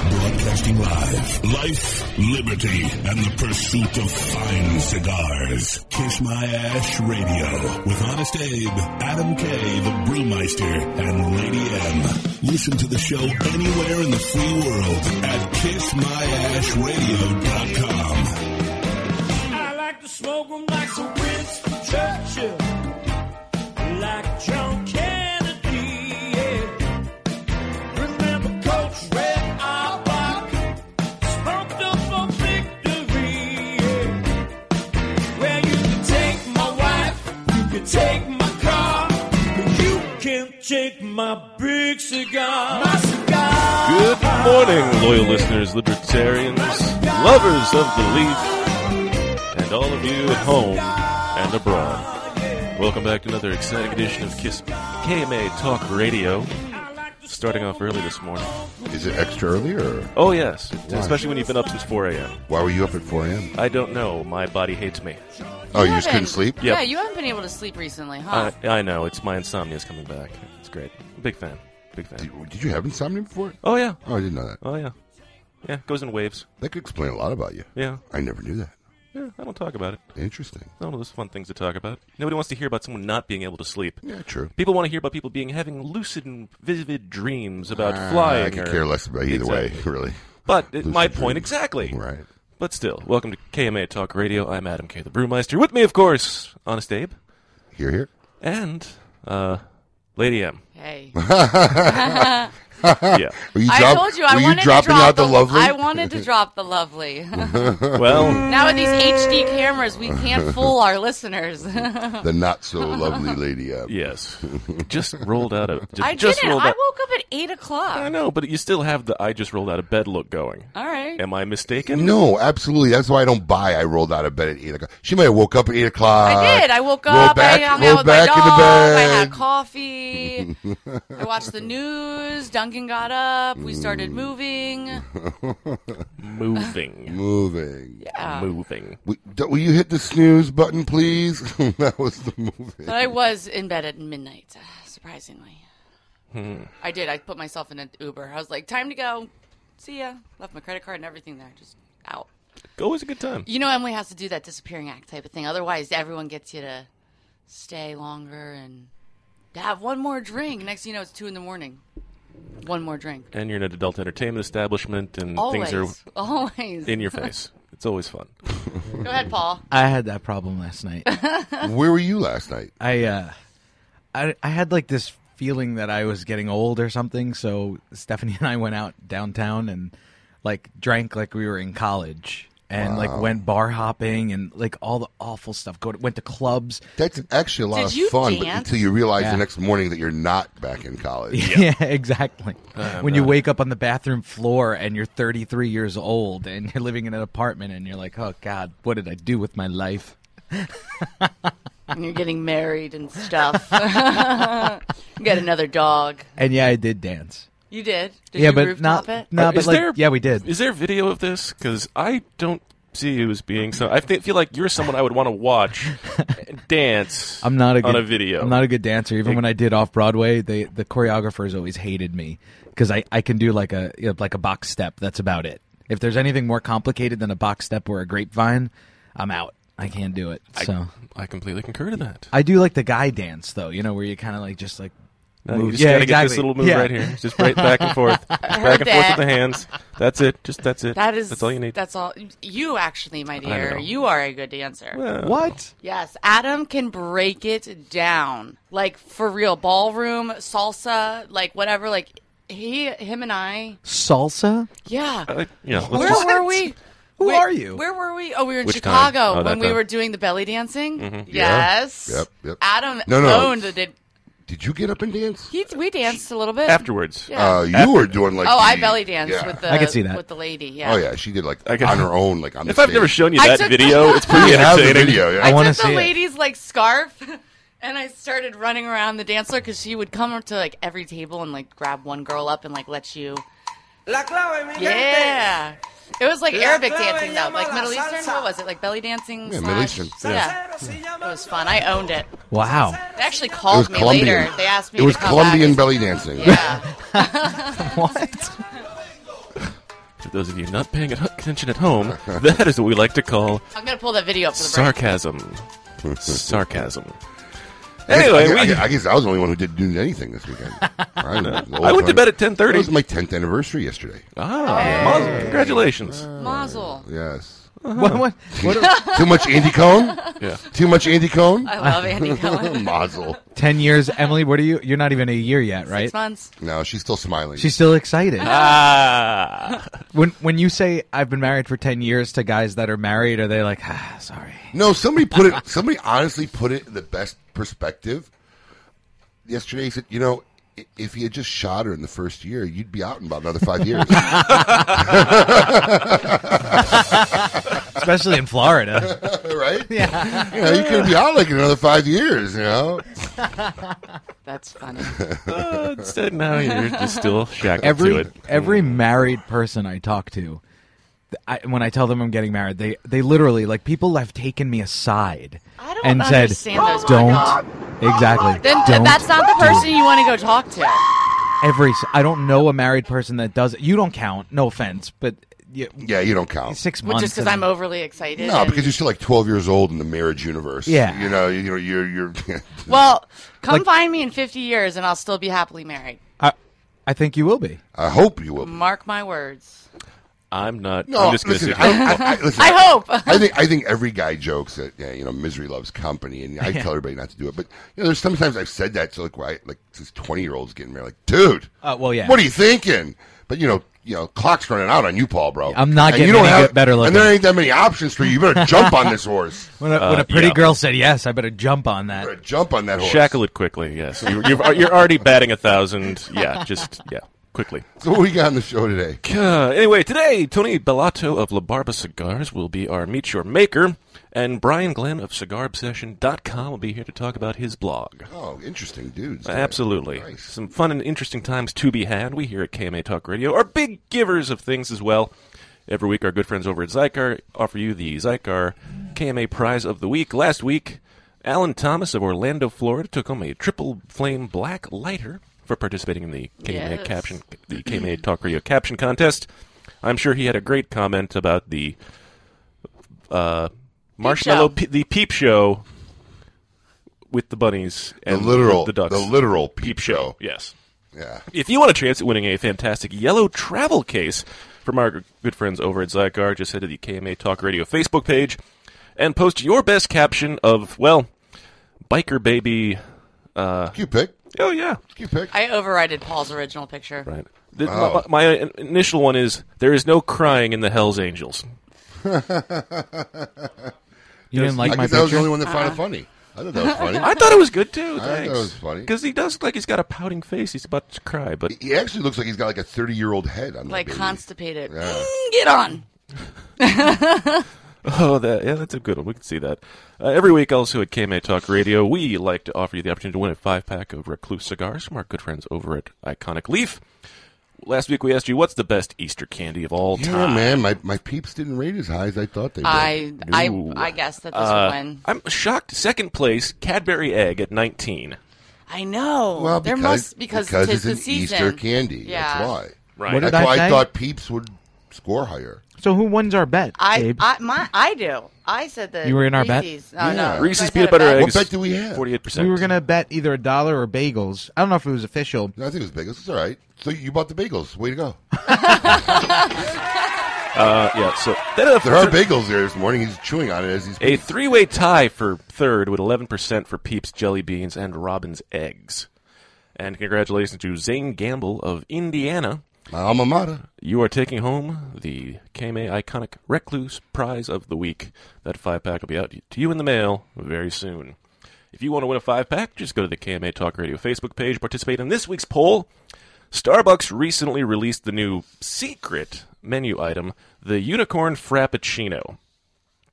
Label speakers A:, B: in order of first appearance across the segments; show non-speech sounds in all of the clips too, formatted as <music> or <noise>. A: Broadcasting live. Life, liberty, and the pursuit of fine cigars. Kiss My Ash Radio with Honest Abe, Adam K, the Brewmeister, and Lady M. Listen to the show anywhere in the free world at kissmyashradio.com.
B: I like to smoke 'em like some Winston Churchill, like John Kennedy. Yeah. Remember Coach Red Auerbach, smoked up for victory. Yeah. Well, you can take my wife, you can take my car, but you can't take my big cigar. My
C: <laughs>
B: cigar.
C: Good morning, loyal listeners, libertarians, lovers of belief, and all of you at home and abroad. Welcome back to another exciting edition of Kiss KMA Talk Radio. Starting off early this morning.
D: Is it extra early or
C: Oh yes, especially when you've been up since 4 a.m.
D: why were you up at 4 a.m.?
C: I don't know. My body hates me.
D: Oh, you just
E: haven't-
D: couldn't sleep?
C: Yep. Uh,
E: Yeah, you haven't been able to sleep recently, huh?
C: I, I know it's my insomnia's coming back. It's great. Big fan. Big fan.
D: Did, did you have insomnia before?
C: Oh yeah.
D: Oh, I didn't know that.
C: Oh yeah. Yeah. Goes in waves.
D: That could explain a lot about you.
C: Yeah.
D: I never knew that.
C: Yeah. I don't talk about it.
D: Interesting.
C: It's not one of those fun things to talk about. Nobody wants to hear about someone not being able to sleep.
D: Yeah, true.
C: People want to hear about people being having lucid and vivid dreams about
D: Uh,
C: flying.
D: I could
C: or-
D: care less about either
C: Exactly.
D: way, <laughs> really.
C: But it-
D: Lucid
C: my point
D: dreams.
C: exactly.
D: Right.
C: But still, welcome to KMA Talk Radio. I'm Adam K. the Brewmeister. With me, of course, Honest Abe
D: Here, here.
C: and uh, Lady M.
D: <laughs>
E: hey.
C: yeah.
D: Were you,
E: I
D: drop-
E: told you I
D: were
E: wanted
D: dropping
E: to drop
D: out the, lovely?
E: I wanted to drop the lovely.
D: <laughs>
C: Well,
E: now with these HD cameras,
D: <laughs>
E: we can't fool our listeners. <laughs>
D: the not so lovely lady up.
C: yes. Just rolled out of. Just,
E: <laughs> I
C: just
E: didn't.
C: rolled
E: I
C: out-
E: woke up at eight o'clock.
C: I know, but you still have the I just rolled out of bed look going.
E: All right.
C: Am I mistaken?
D: No, absolutely. That's why I don't buy. I rolled out of bed at 8 o'clock. She might have woke up at 8 o'clock.
E: I did. I woke
D: rolled
E: up.
D: Uh, Back,
E: I hung
D: rolled
E: out with
D: back
E: my
D: in
E: dog.
D: the
E: I
D: bed.
E: had coffee.
D: <laughs>
E: I watched the news. Duncan got up. We
D: Mm.
E: started moving.
D: <laughs>
C: Moving.
D: Moving.
E: Yeah.
C: Moving.
D: We- d- will you hit the snooze button, please? <laughs> that was the movie.
E: But I was in bed at midnight, surprisingly.
C: Hmm.
E: I did. I put myself in an Uber. I was like, time to go. See ya. Left my credit card and everything there. Just out.
C: Always a good time.
E: You know, Emily has to do that disappearing act type of thing. Otherwise, everyone gets you to stay longer and have one more drink. Next thing you know, it's two in the morning. One more drink.
C: And you're in an adult entertainment establishment, and
E: Always.
C: things
E: Always.
C: are in your
E: <laughs>
C: face. It's always fun.
E: go ahead, Paul.
F: I had that problem last
E: <laughs>
F: night.
D: Where were you last night?
F: I uh I I had like this feeling that I was getting old or something, so Stephanie and I went out downtown and like drank like we were in college and like went bar hopping and like all the awful stuff. Go to, went to clubs.
D: That's actually a lot
E: Did
D: of
E: you
D: fun but
E: dance?
D: until you realize
F: Yeah.
D: the next morning that you're not back in college.
F: Yeah,
C: <laughs>
F: exactly. when
D: uh,
F: you wake up on the bathroom floor and you're 33 years old and you're living in an apartment and you're like, "Oh god, what did I do with my life?" <laughs>
E: And you're getting married and <laughs> stuff. you got another dog.
F: And yeah, I did dance.
E: You did. Did
F: yeah,
E: you
F: but
E: rooftop
F: not
E: it?
F: no,
C: Uh,
F: but
C: is
F: like
C: there-
F: yeah, we did.
C: Is there video of this? Because I don't see you as being so. I thi- feel like you're someone I would want to
E: <laughs>
C: watch dance.
F: I'm not a good,
C: on a video.
F: I'm not a good dancer. Even when I did off Broadway, they the choreographers always hated me because I, I can do like a you know, like a box step. That's about it. If there's anything more complicated than a box step or a grapevine, I'm out. I can't do it. So
C: I completely concur to that.
F: I, do like the guy dance though. You know where you kind of like just like
C: No, you
F: move.
C: just
F: yeah,
C: gotta
F: exactly.
C: get this little move
F: Yeah.
C: right here. Just right back and
E: <laughs>
C: forth, back and forth
E: that.
C: with the hands. That's it. Just that's it.
E: That is.
C: That's all you need.
E: That's all. You actually, my
C: know.
E: dear, you are a good dancer.
C: Well,
F: What?
E: Yes, Adam can break it down, like for real, ballroom salsa, like whatever. Like he, him, and I.
F: Salsa?
E: Yeah.
C: I- you know,
E: where
C: Uh, let's just-
D: <laughs>
E: were we?
F: Who
E: Wait,
F: are you?
E: Where were we? Oh, we were in
C: Which time?
E: Chicago
C: Oh, that Mm-hmm.
E: when we
C: time.
E: were doing the belly dancing.
D: Yeah.
E: Yes.
D: Yep, yep.
E: Adam
D: No, no.
E: owned the.
D: Did you get up and dance?
E: He, we danced a little bit
C: afterwards.
E: Yeah.
D: Uh, you were doing like
E: Oh,
D: the-
E: I belly danced
D: yeah.
E: with the.
F: I could see that.
E: with the lady. Yeah.
D: Oh yeah, she did like
C: I could-
D: on her own, like on the
C: If I've
D: stage.
C: never shown you
E: I
C: that
E: took-
C: video, it's pretty
D: <laughs> we have the
C: entertaining.
D: video. Yeah.
F: I want- wanna
E: took the
F: see it.
E: lady's like scarf <laughs> and I started running around the dance floor because she would come up to like every table and like grab one girl up and like let you.
G: La clave, mi gente.
E: Yeah. It was like "Oh, Arabic
G: La clave
E: dancing though, like
G: llamada
E: Middle Eastern.
G: salsa.
E: What was it? Like belly dancing?
D: Yeah,
E: slash-
D: Middle Eastern.
E: Yeah.
G: Salsero se llama
E: It was fun. I owned it.
F: Wow.
E: They actually
D: it was
E: called me
D: Colombian.
E: later. They asked me.
D: It was
E: to come back.
D: Colombian belly dancing.
E: Yeah.
F: what?
C: those of you not paying at- attention at home,
E: <laughs>
C: that is what we like to call
E: I'm gonna pull that video up for the break.
C: sarcasm. sarcasm. <laughs> Anyway,
D: I,
C: we,
D: guess- I, guess I was the only one who didn't do anything this
C: <laughs>
D: weekend. I, know, the
C: I
D: old
C: went to
D: one.
C: bed at
D: It was
C: 10:30.
D: my 10th anniversary yesterday.
C: Ah, Mazel. congratulations!
E: Mazel.
D: Yes.
F: What, what,
D: <laughs>
F: what,
D: Too much Andy Cohen?
C: <laughs> Yeah.
D: Too much Andy Cohen?
E: <laughs> I
D: <laughs>
E: love Andy Cohen.
D: Mazel.
F: Ten years, Emily. What are you? You're not even a year yet, right?
E: Six months.
D: No, she's still smiling.
F: She's still excited.
C: Ah,
F: <laughs> When when you say I've been married for ten years to guys that are married, are they like, ah, sorry?
D: No, somebody put
F: <laughs>
D: it. Somebody honestly put it in the best perspective. Yesterday, he said, "You know, i- if he had just shot her in the first year, you'd be out in about another five years."
F: <laughs> Especially in Florida.
D: <laughs> right?
F: yeah.
D: You know, you could be out like another five years. You
F: <laughs>
D: know,
E: <laughs> That's funny.
F: Oh,
C: Uh, instead now you're just
E: <laughs>
C: still shackled to
F: Every
C: it. Mm.
F: every married person I talk to, th- I, when I tell them I'm getting married, they they literally like people have taken me aside
E: I don't
F: and said,
E: understand those
F: "Don't
E: people."
F: exactly."
E: Then
F: don't
E: that's not the
F: do it."
E: person you want to go talk to.
F: Every s- I don't know a married person that does it. You don't count. No offense, but you,
D: yeah, you don't count.
F: six
E: Well,
F: months.
E: just because
F: and-
E: I'm overly excited.
D: No,
E: and-
D: because you're still like 12 years old in the marriage universe.
F: Yeah.
D: you know, you, you know, you're you're. <laughs>
E: Well, come
F: Like-
E: find me in 50 years, and I'll still be happily married.
F: I, I think you will be.
D: I hope you will. be.
E: Mark my words.
C: I'm not.
D: No,
C: I'm just gonna
D: listen,
C: sit
D: I,
C: here.
D: I, I, listen,
E: I hope.
D: I think I think every guy jokes that yeah, you know misery loves company, and I tell everybody not to do it. But you know, there's sometimes I've said that to like why like this twenty year olds getting married, like dude,
F: Uh, well, yeah.
D: what are you thinking? But you know, you know, clock's running out on you, Paul, bro.
F: I'm not
D: and
F: getting
D: you don't
F: any
D: have
F: good- better looking.
D: and there ain't that many options for you. You better jump on
F: <laughs>
D: this horse.
F: When a, when a pretty
C: Uh, yeah.
F: girl said yes, I better jump on that.
D: You better jump on that horse.
C: Shackle it quickly. Yes, you, you're, you're already batting a thousand. Yeah, just yeah, quickly.
D: So what we got on the show today?
C: Uh, anyway, today Tony Bellato of La Barba Cigars will be our Meet Your Maker, and Brian Glenn of CigarObsession.com will be here to talk about his blog.
D: Oh, interesting dudes.
C: Absolutely.
D: Nice.
C: Some fun and interesting times to be had. We here at KMA Talk Radio are big givers of things as well. Every week, our good friends over at Zycar offer you the Zycar KMA Prize of the Week. Last week, Alan Thomas of Orlando, Florida, took home a triple flame black lighter for participating in the KMA
E: Yes.
C: caption, the KMA Talk Radio caption contest. I'm sure he had a great comment about the uh, marshmallow,
E: show.
C: pe- the peep show with the bunnies
D: The
C: and
D: literal,
C: the ducks.
D: literal
C: Peep show. Yes.
D: Yeah.
C: If you want a chance at winning a fantastic yellow travel case from our good friends over at Zygar, just head to the KMA Talk Radio Facebook page and post your best caption of, well, biker baby.
D: Cute pick.
C: Oh, yeah.
D: Cute pick.
E: I overrided Paul's original picture.
C: Right. The-
D: Wow.
C: my, my in- initial one is there is no crying in the Hells Angels.
F: You didn't like
D: I
F: my
D: guess I was the only
F: picture? Uh-uh.
D: one that found it funny. I thought that was funny.
C: <laughs> I thought it was good too.
D: thought it was funny.
C: Because he does look like he's got a pouting face. He's about to cry, but
D: He actually looks like he's got like a thirty-year-old head on.
E: Like
D: that baby.
E: constipated. Mm,
D: Yeah.
E: Get on.
C: Oh, that yeah, that's a good one. We can see that. Uh, every week, also at KMA Talk Radio, we like to offer you the opportunity to win a five pack of Recluse cigars from our good friends over at Iconic Leaf. Last week, we asked you what's the best Easter candy of all
D: Yeah,
C: time.
D: man, my, my peeps didn't rate as high as I thought they would.
E: I, I,
C: No.
E: I guess that this
C: Uh,
E: would win.
C: I'm shocked. Second place, Cadbury egg at 19.
E: I know.
D: well,
E: there
D: because,
E: must because,
D: because
E: tis
D: it's an
E: the season.
D: Easter candy.
E: Yeah.
D: That's why.
C: Right.
F: What
D: That's
F: did I
D: why I
F: say?
D: thought peeps would score higher.
F: So who wins our bet,
E: I,
F: Gabe?
E: I, my, I do. I said that.
F: You were in our bet?
E: Reese's. Oh,
D: Yeah.
E: no.
C: Reese's
E: Guys
C: peanut
E: had a
C: butter
E: bet.
C: eggs.
D: What bet do we have?
C: Forty-eight percent.
F: we were gonna bet either a dollar or bagels. I don't know if it was official.
D: I think it was bagels. It's all right. So you bought the bagels. Way to go.
C: <laughs> Uh, yeah. So then <laughs> a,
D: There are bagels there this morning. He's chewing on it as he's.
C: a three-way tie for third with 11 percent for Peeps jelly beans and Robin's eggs. And congratulations to Zane Gamble of Indiana.
D: my alma mater.
C: You are taking home the KMA Iconic Recluse Prize of the Week. That five pack will be out to you in the mail very soon. If you want to win a five pack, just go to the KMA Talk Radio Facebook page, participate in this week's poll. Starbucks recently released the new secret menu item, the Unicorn Frappuccino.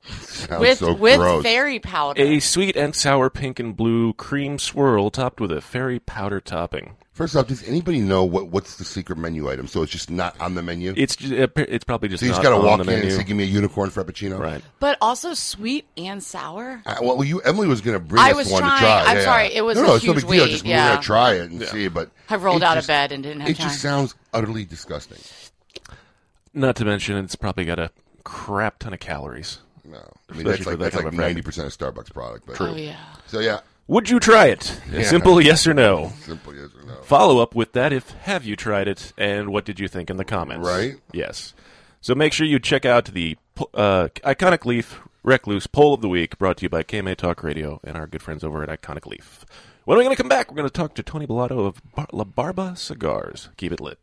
D: Sounds
E: With,
D: so
E: with
D: gross.
E: fairy powder.
C: A sweet and sour pink and blue cream swirl topped with a fairy powder topping.
D: First off, does anybody know what what's the secret menu item? So it's just not on the menu.
C: It's ju- it's probably just
D: so you just
C: not
D: gotta
C: on
D: walk
C: the
D: in
C: menu.
D: and say, "Give me a unicorn frappuccino."
C: right.
E: But also sweet and sour.
D: I, well, you Emily was gonna bring
E: I
D: us
E: was
D: one
E: trying.
D: to try.
E: I'm
D: Yeah.
E: sorry. It was
D: no,
E: a
D: no, it's no
E: huge
D: big deal.
E: wait.
D: Just
E: Yeah.
D: we're gonna try it and see. But
E: I rolled
D: it
E: out
D: just-
E: of bed and didn't have
D: It
E: time.
D: just sounds utterly disgusting.
C: Not to mention, it's probably got a crap ton of calories.
D: No, I
C: Especially
D: mean that's
C: for
D: like
C: that
D: that's
C: type
D: like
C: of brand.
D: ninety percent of Starbucks product. But,
E: Oh yeah.
D: So yeah,
C: Would you try it?
D: Yeah.
C: Simple yes or no.
D: simple yes or no.
C: Follow up with that if have you tried it and what did you think in the comments?
D: Right.
C: Yes. So make sure you check out the uh, Iconic Leaf Recluse Poll of the Week brought to you by KMA Talk Radio and our good friends over at Iconic Leaf. When are we going to come back? We're going to talk to Tony Bellotto of Bar- La Barba Cigars. Keep it lit.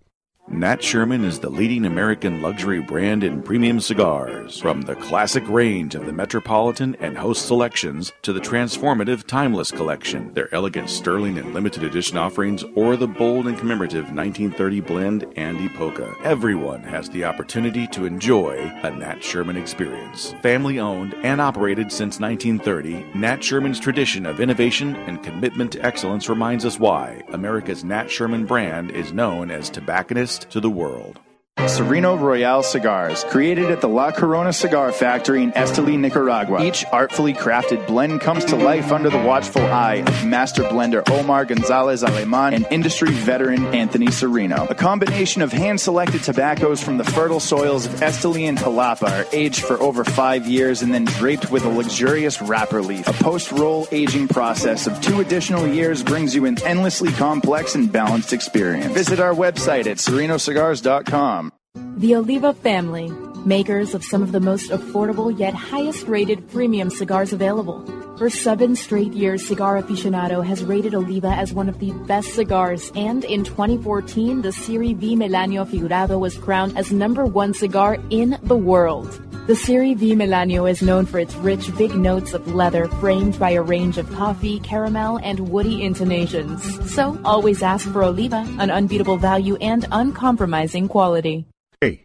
H: Nat Sherman is the leading American luxury brand in premium cigars. From the classic range of the Metropolitan and Host selections to the transformative Timeless collection, their elegant sterling and limited edition offerings, or the bold and commemorative 1930 blend Andy Polka. Everyone has the opportunity to enjoy a Nat Sherman experience. Family owned and operated since 1930, Nat Sherman's tradition of innovation and commitment to excellence reminds us why America's Nat Sherman brand is known as tobacconist to the world.
I: Sereno Royale cigars, created at the La Corona Cigar Factory in Esteli, Nicaragua. Each artfully crafted blend comes to life under the watchful eye of master blender Omar Gonzalez Aleman and industry veteran Anthony Sereno. A combination of hand selected tobaccos from the fertile soils of Esteli and Jalapa are aged for over five years and then draped with a luxurious wrapper leaf. A post roll aging process of two additional years brings you an endlessly complex and balanced experience. Visit our website at serenocigars.com.
J: The Oliva family, makers of some of the most affordable yet highest rated premium cigars available. For seven straight years, Cigar Aficionado has rated Oliva as one of the best cigars, and in 2014, the Siri V Melanio Figurado was crowned as number one cigar in the world. The Siri V Melanio is known for its rich, big notes of leather framed by a range of coffee, caramel, and woody intonations. So always ask for Oliva, an unbeatable value and uncompromising quality.
K: Hey,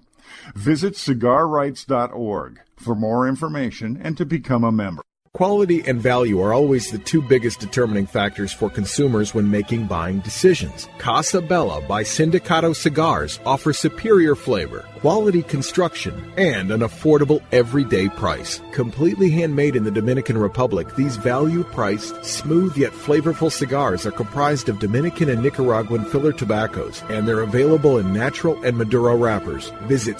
K: Visit cigarrights.org for more information and to become a member.
L: Quality and value are always the two biggest determining factors for consumers when making buying decisions. Casa Bella by Sindicato Cigars offer superior flavor, quality construction, and an affordable everyday price. Completely handmade in the Dominican Republic, these value priced, smooth yet flavorful cigars are comprised of Dominican and Nicaraguan filler tobaccos, and they're available in natural and Maduro wrappers. Visit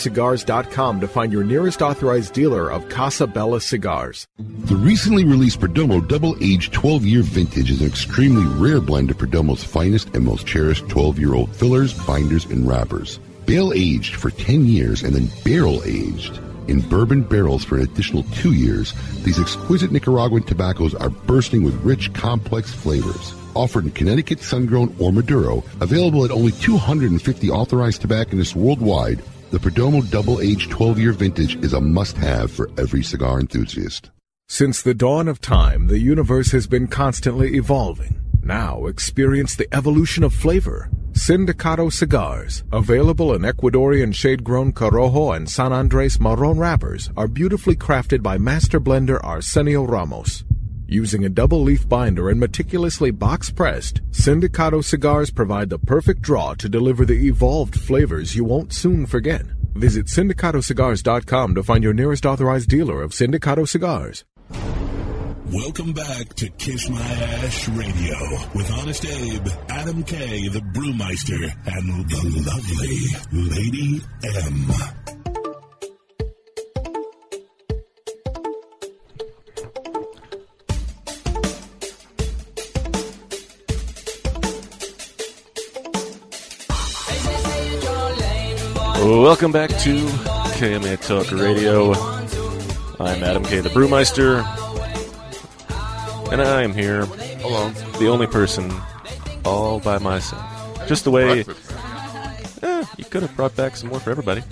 L: syndicatocigars.com to find your nearest authorized dealer of Casa Bella cigars.
A: The recently released Perdomo Double Aged 12 Year Vintage is an extremely rare blend of Perdomo's finest and most cherished 12 year old fillers, binders, and wrappers. Bale aged for 10 years and then barrel aged in bourbon barrels for an additional two years, these exquisite Nicaraguan tobaccos are bursting with rich, complex flavors. Offered in Connecticut, Sun Grown, or Maduro, available at only 250 authorized tobacconists worldwide, the Perdomo Double Aged 12 Year Vintage is a must have for every cigar enthusiast.
L: Since the dawn of time, the universe has been constantly evolving. Now experience the evolution of flavor. Sindicato cigars, available in Ecuadorian shade grown Corojo and San Andres Marron wrappers, are beautifully crafted by master blender Arsenio Ramos. Using a double leaf binder and meticulously box pressed, Sindicato cigars provide the perfect draw to deliver the evolved flavors you won't soon forget. Visit syndicatocigars.com to find your nearest authorized dealer of Sindicato cigars.
A: Welcome back to Kiss My Ash Radio with Honest Abe, Adam K, the Brewmeister, and the lovely Lady M.
C: Welcome back to KMA Talk Radio. I'm Adam K. the Brewmeister. and I am here alone, the only person, all by myself. Just the way eh, you could have brought back some more for everybody.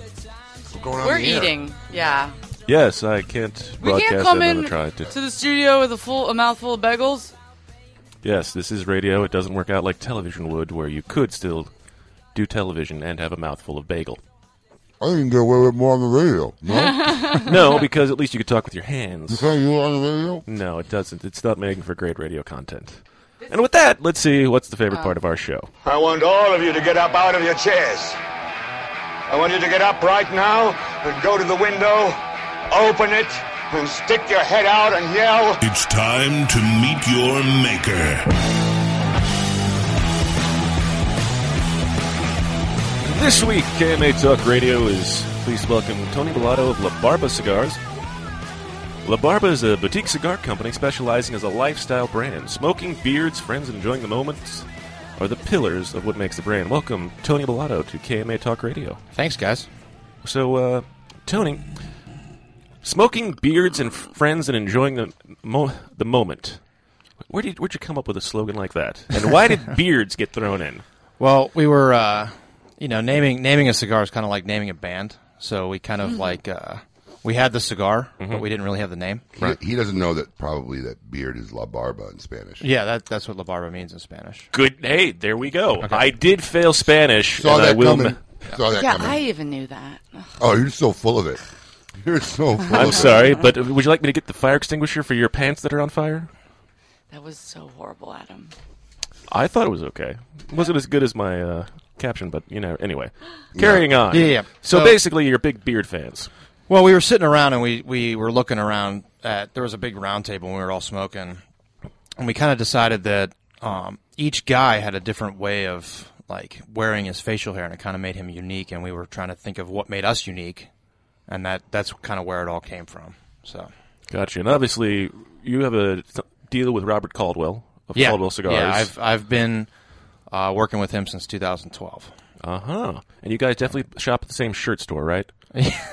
E: We're eating. Yeah.
C: Yes, I can't
E: We
C: broadcast
E: can't come
C: that
E: in
C: on tried to.
E: to the studio with a full a mouthful of bagels.
C: Yes, this is radio. It doesn't work out like television would, where you could still do television and have a mouthful of bagel.
D: I can get away with more on the radio.
C: <laughs>
D: No,
C: no, because at least you could talk with your hands.
D: You say you on the radio?
C: No, it doesn't. It's not making for great radio content. And with that, let's see what's the favorite
M: Oh.
C: part of our show.
M: I want all of you to get up out of your chairs. I want you to get up right now and go to the window, open it, and stick your head out and yell.
A: It's time to meet your maker.
C: This week, KMA Talk Radio is pleased to welcome Tony Bellotto of La Barba Cigars. La Barba is a boutique cigar company specializing as a lifestyle brand. Smoking, beards, friends enjoying the moments are the pillars of what makes the brand. Welcome, Tony Bellotto, to KMA Talk Radio.
N: Thanks, guys.
C: So, uh, Tony, smoking, beards, and f- friends and enjoying the, mo- the moment. Where did where'd you come up with a slogan like that? And
N: <laughs>
C: why did beards get thrown in?
N: Well, we were, uh, you know, naming naming a cigar is kind of like naming a band. So we kind of
C: Mhm.
N: like uh, we had the cigar,
C: Mm-hmm.
N: but we didn't really have the name.
D: He, he doesn't know that probably that beard is la barba in Spanish.
N: Yeah, that, that's what La Barba means in Spanish.
C: Good. Hey, there we go. I did fail Spanish,
D: Saw
C: and I
D: that
C: will.
D: coming. Saw that
E: yeah,
D: coming.
E: I even knew that.
D: Oh, you're so full of it. You're so full of
C: I'm
D: it.
C: sorry, but would you like me to get the fire extinguisher for your pants that are on fire?
E: That was so horrible, Adam.
C: I thought it was okay. It wasn't as good as my uh, caption, but you know. Anyway, carrying on.
N: Yeah, yeah, yeah.
C: So,
N: So-
C: basically, you're big beard fans.
N: Well, we were sitting around and we, we were looking around at there was a big round table and we were all smoking, and we kind of decided that um, each guy had a different way of like wearing his facial hair, and it kind of made him unique. And we were trying to think of what made us unique, and that that's kind of where it all came from. So
C: Gotcha. And obviously, you have a th- deal with Robert Caldwell of Caldwell Cigars.
N: Yeah, I've I've been uh, working with him since 2012.
C: Uh huh. And you guys definitely shop at the same shirt store, right?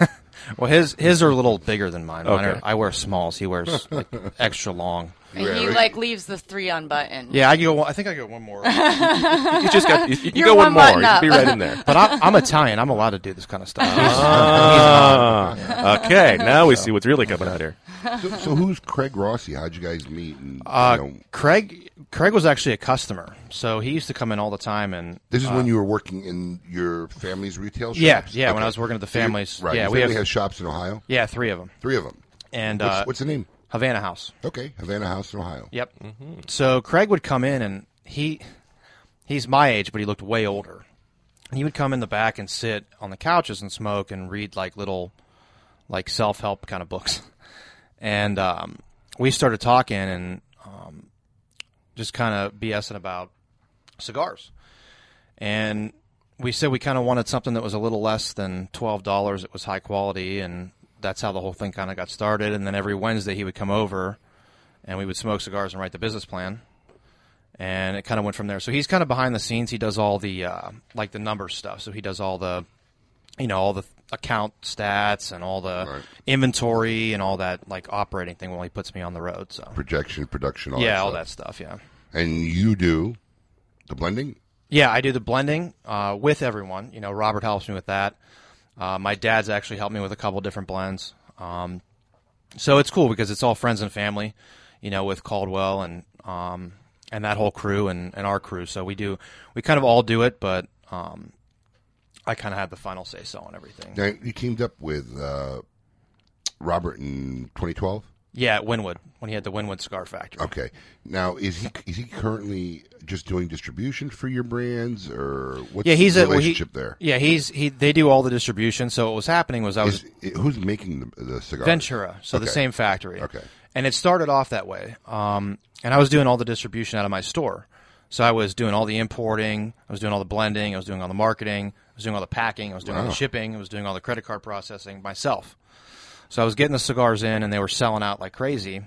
N: <laughs> well, his his are a little bigger than mine. Mine
C: Okay.
N: are- I wear smalls. He wears like extra long.
E: <laughs> And he like leaves the three unbuttoned.
N: Yeah, I go. one- I think I go one
E: <laughs>
N: more.
E: you
C: just got- you- you
E: You're
C: go one more.
E: button
C: You
E: up.
C: be right in
E: <laughs>
C: there.
N: <laughs> But I'm, I'm Italian. I'm allowed to do this kind of stuff. <laughs>
C: Ah, okay, now we see what's really coming out here.
D: So, so who's Craig Rossi? How'd you guys meet? And,
N: Uh,
D: you know,
N: Craig Craig was actually a customer, so he used to come in all the time. And
D: this is
N: uh,
D: when you were working in your family's retail shops?
N: Yeah, yeah. When
D: Okay.
N: I was working at the
D: So you-
N: families,
D: right.
N: Yeah,
D: your
N: we
D: family
N: have
D: has shops in Ohio?
N: Yeah, three of them.
D: Three of them.
N: And
D: What's-
N: uh,
D: what's the name?
N: Havana House.
D: Okay, Mm-hmm. Havana House in Ohio.
N: Yep. So Craig would come in, and he he's my age, but he looked way older. And he would come in the back and sit on the couches and smoke and read like little like self help kind of books. <laughs> And um, we started talking and um, just kind of BSing about cigars. And we said we kind of wanted something that was a little less than twelve dollars. It was high quality, and that's how the whole thing kind of got started. And then every Wednesday he would come over, and we would smoke cigars and write the business plan. And it kind of went from there. So he's kind of behind the scenes. He does all the uh, like the number stuff. So he does all the, you know, all the account stats and all the inventory and all that like operating thing while he puts me on the road. So
D: Projection, production, all
N: yeah,
D: that
N: all that
D: stuff.
N: stuff. Yeah.
D: And you do the blending?
N: Yeah, I do the blending uh, with everyone. You know, Robert helps me with that. Uh, my dad's actually helped me with a couple different blends. Um, so it's cool because it's all friends and family, you know, with Caldwell and um, and that whole crew and, and our crew. So we do we kind of all do it, but um, I kind of have the final say so on everything.
D: Now, you teamed up with uh, Robert in 2012?
N: Yeah, at Winwood when he had the Winwood Cigar Factory.
D: Okay. Now, is he is he currently just doing distribution for your brands, or what's
N: yeah, he's
D: the
N: a well, he-
D: relationship there?
N: Yeah, he's he. They do all the distribution. So what was happening was I was
D: Is- who's making the, the cigar?
N: Ventura, so the same factory.
D: Okay.
N: And it started off that way. Um, and I was doing all the distribution out of my store. So I was doing all the importing, I was doing all the blending, I was doing all the marketing, I was doing all the packing, I was doing all
O: Wow.
N: the shipping, I was doing all the credit card processing myself. So I was getting the cigars in and they were selling out like crazy.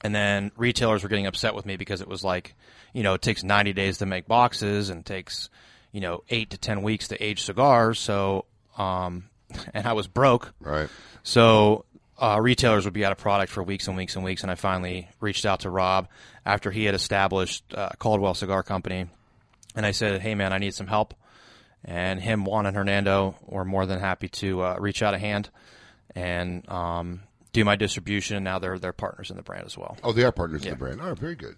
N: And then retailers were getting upset with me because it was like, you know, it takes 90 days to make boxes and takes, you know, 8 to 10 weeks to age cigars. So um and I was broke.
D: Right.
N: So uh, retailers would be out of product for weeks and weeks and weeks. And I finally reached out to Rob after he had established uh, Caldwell Cigar Company. And I said, hey, man, I need some help. And him, Juan, and Hernando were more than happy to uh, reach out a hand and um, do my distribution. And now they're, they're partners in the brand as well.
D: Oh, they are partners
N: Yeah.
D: in the brand. Oh, very good.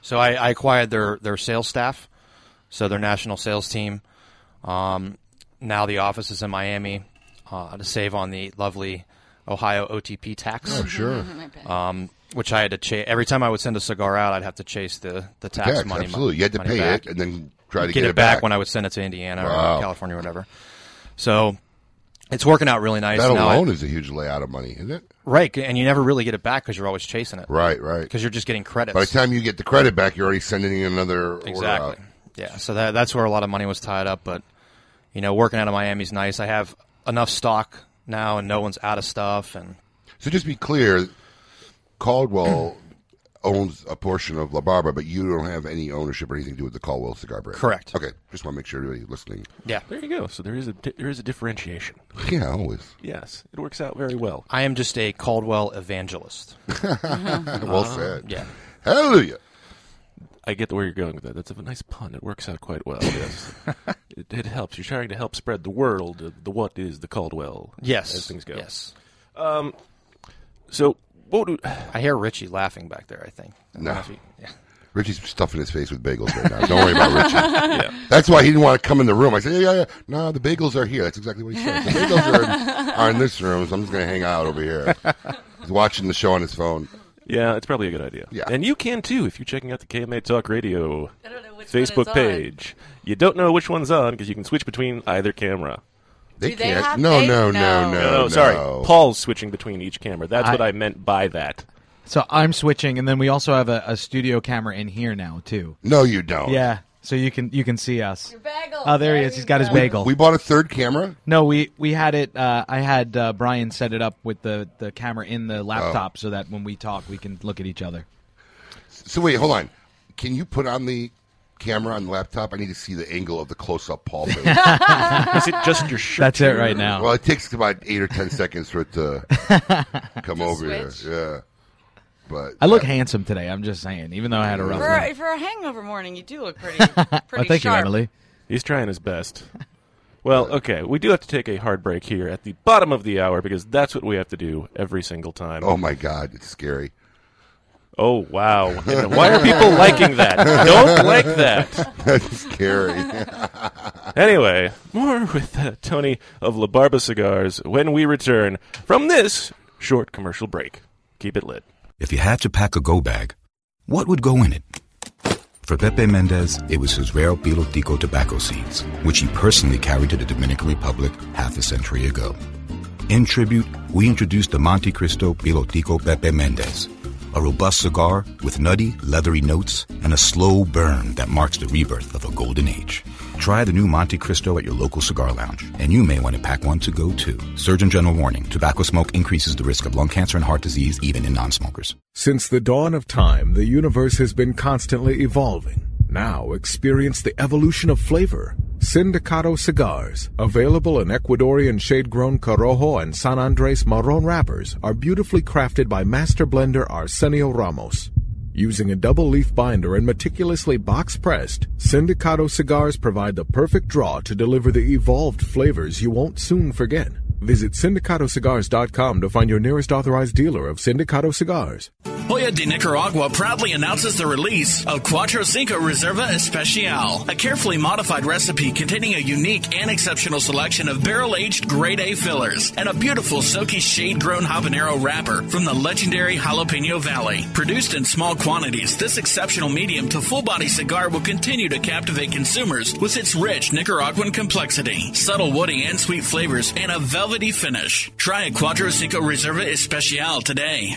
N: So I, I acquired their their sales staff, so their national sales team. Um, now the office is in Miami uh, to save on the lovely Ohio OTP tax.
D: Oh, sure.
N: Um, which I had to chase every time I would send a cigar out. I'd have to chase the the tax,
D: tax,
N: money.
D: absolutely. You had to
N: money
D: pay
N: back.
D: it and then try to
N: You'd
D: get
N: it,
D: it
N: back,
D: back.
N: when I would send it to Indiana
D: Wow.
N: or California or whatever. So it's working out really nice.
D: that
N: Now I-
D: alone is a huge layout of money, isn't it?
N: right, and you never really get it back because you're always chasing it.
D: Right, right.
N: Because you're just getting credits.
D: By the time you get the credit back, you're already sending in another order out.
N: Exactly. Yeah. So that that's where a lot of money was tied up, but you know, working out of Miami's nice. I have enough stock now, and no one's out of stuff. And
D: So just be clear, Caldwell <clears throat> owns a portion of La Barba, but you don't have any ownership or anything to do with the Caldwell cigar brand.
C: Correct.
D: Okay, just want to make sure everybody's listening.
N: yeah,
C: there you go. So there is a there is a differentiation.
D: Yeah, always.
C: Yes, it works out very well.
N: I am just a Caldwell evangelist.
C: Well
N: Uh,
C: said.
N: Yeah.
D: Hallelujah.
C: I get where you're going with that. That's a nice pun. It works out quite well.
D: <laughs>
C: Yes, it, it helps. You're trying to help spread the world. of The what is the Caldwell?
N: Yes.
C: as things go.
N: Yes.
C: Um. So what do
N: I hear Richie laughing back there? I think. I don't
D: No.
N: know if he- yeah.
D: Richie's stuffing his face with bagels right now. Don't worry about
C: <laughs>
D: Richie.
N: Yeah.
D: That's why he didn't want to come in the room. I said, yeah, yeah, yeah. No, the bagels are here. That's exactly what he said. The bagels are in, are in this room, so I'm just going to hang out over
N: <laughs>
D: here. He's watching the show on his phone.
C: Yeah, it's probably a good idea. Yeah. And you can too if you're checking out the KMA Talk Radio Facebook
E: on.
C: page. You don't know which one's on because you can switch between either camera.
D: They Do they can't- have no, bait? no, no, no, no.
C: Sorry, Paul's switching between each camera. That's
F: I-
C: what I meant by that.
F: So I'm switching, and then we also have a, a studio camera in here now too.
D: No, you don't.
F: Yeah, so you can you can see us. Your bagel. Oh, there he is. He's got his bagel.
D: We bought a third camera.
F: No, we we had it. Uh, I had uh, Brian set it up with the the camera in the laptop
D: Oh.
F: so that when we talk, we can look at each other.
D: So wait, hold on. Can you put on the camera on the laptop? I need to see the angle of the close-up
C: <laughs>
D: Paul face.
C: Is it just your shirt? That's it right now.
D: Well, it takes about eight or ten seconds for it
C: <laughs>
D: to come over here. Yeah, but
F: I look handsome today. I'm just saying, even though I had a rough.
E: For
F: night. Oh,
E: a, for a hangover morning, you do look pretty, pretty
F: thank you,
E: sharp.
F: Emily.
C: He's trying his best. Well, okay, we do have to take a hard break here at the bottom of the hour because that's what we have to do every single time.
D: Oh my God, it's scary.
C: Oh wow!
D: <laughs>
C: And why are people liking that? Don't like that.
D: That's scary. <laughs>
C: anyway, more with uh, Tony of La Barba Cigars when we return from this short commercial break. Keep it lit.
O: If you had to pack a go bag, what would go in it? For Pepe Mendez, it was his rare Pilotico tobacco seeds, which he personally carried to the Dominican Republic half a century ago. In tribute, we introduced the Monte Cristo Pilotico Pepe Mendez, a robust cigar with nutty, leathery notes and a slow burn that marks the rebirth of a golden age. Try the new Monte Cristo at your local cigar lounge, and you may want to pack one to go too. Surgeon General warning tobacco smoke increases the risk of lung cancer and heart disease, even in non smokers.
L: Since the dawn of time, the universe has been constantly evolving. Now experience the evolution of flavor. Sindicato cigars, available in Ecuadorian shade-grown Corojo and San Andres Marron wrappers, are beautifully crafted by master blender Arsenio Ramos. Using a double leaf binder and meticulously box pressed, Sindicato cigars provide the perfect draw to deliver the evolved flavors you won't soon forget. Visit syndicatocigars.com to find your nearest authorized dealer of Sindicato cigars.
P: Hoya de Nicaragua proudly announces the release of Cuatro Cinco Reserva Especial, a carefully modified recipe containing a unique and exceptional selection of barrel aged grade A fillers and a beautiful silky shade grown habanero wrapper from the legendary Jalapeno Valley. Produced in small quantities, this exceptional medium to full body cigar will continue to captivate consumers with its rich Nicaraguan complexity, subtle woody and sweet flavors, and a velvety finish. Try a Cuatro Cinco Reserva Especial today.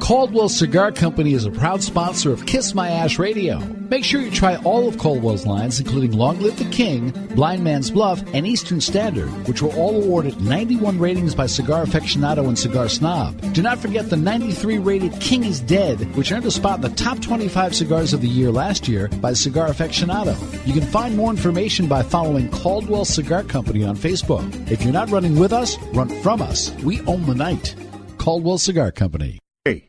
Q: Caldwell Cigar Company is a proud sponsor of Kiss My Ash Radio. Make sure you try all of Caldwell's lines, including Long Live the King, Blind Man's Bluff, and Eastern Standard, which were all awarded 91 ratings by Cigar Aficionado and Cigar Snob. Do not forget the 93 rated King is Dead, which earned a spot in the top 25 cigars of the year last year by Cigar Aficionado. You can find more information by following Caldwell Cigar Company on Facebook. If you're not running with us, run from us. We own the night. Caldwell Cigar Company.
K: Hey,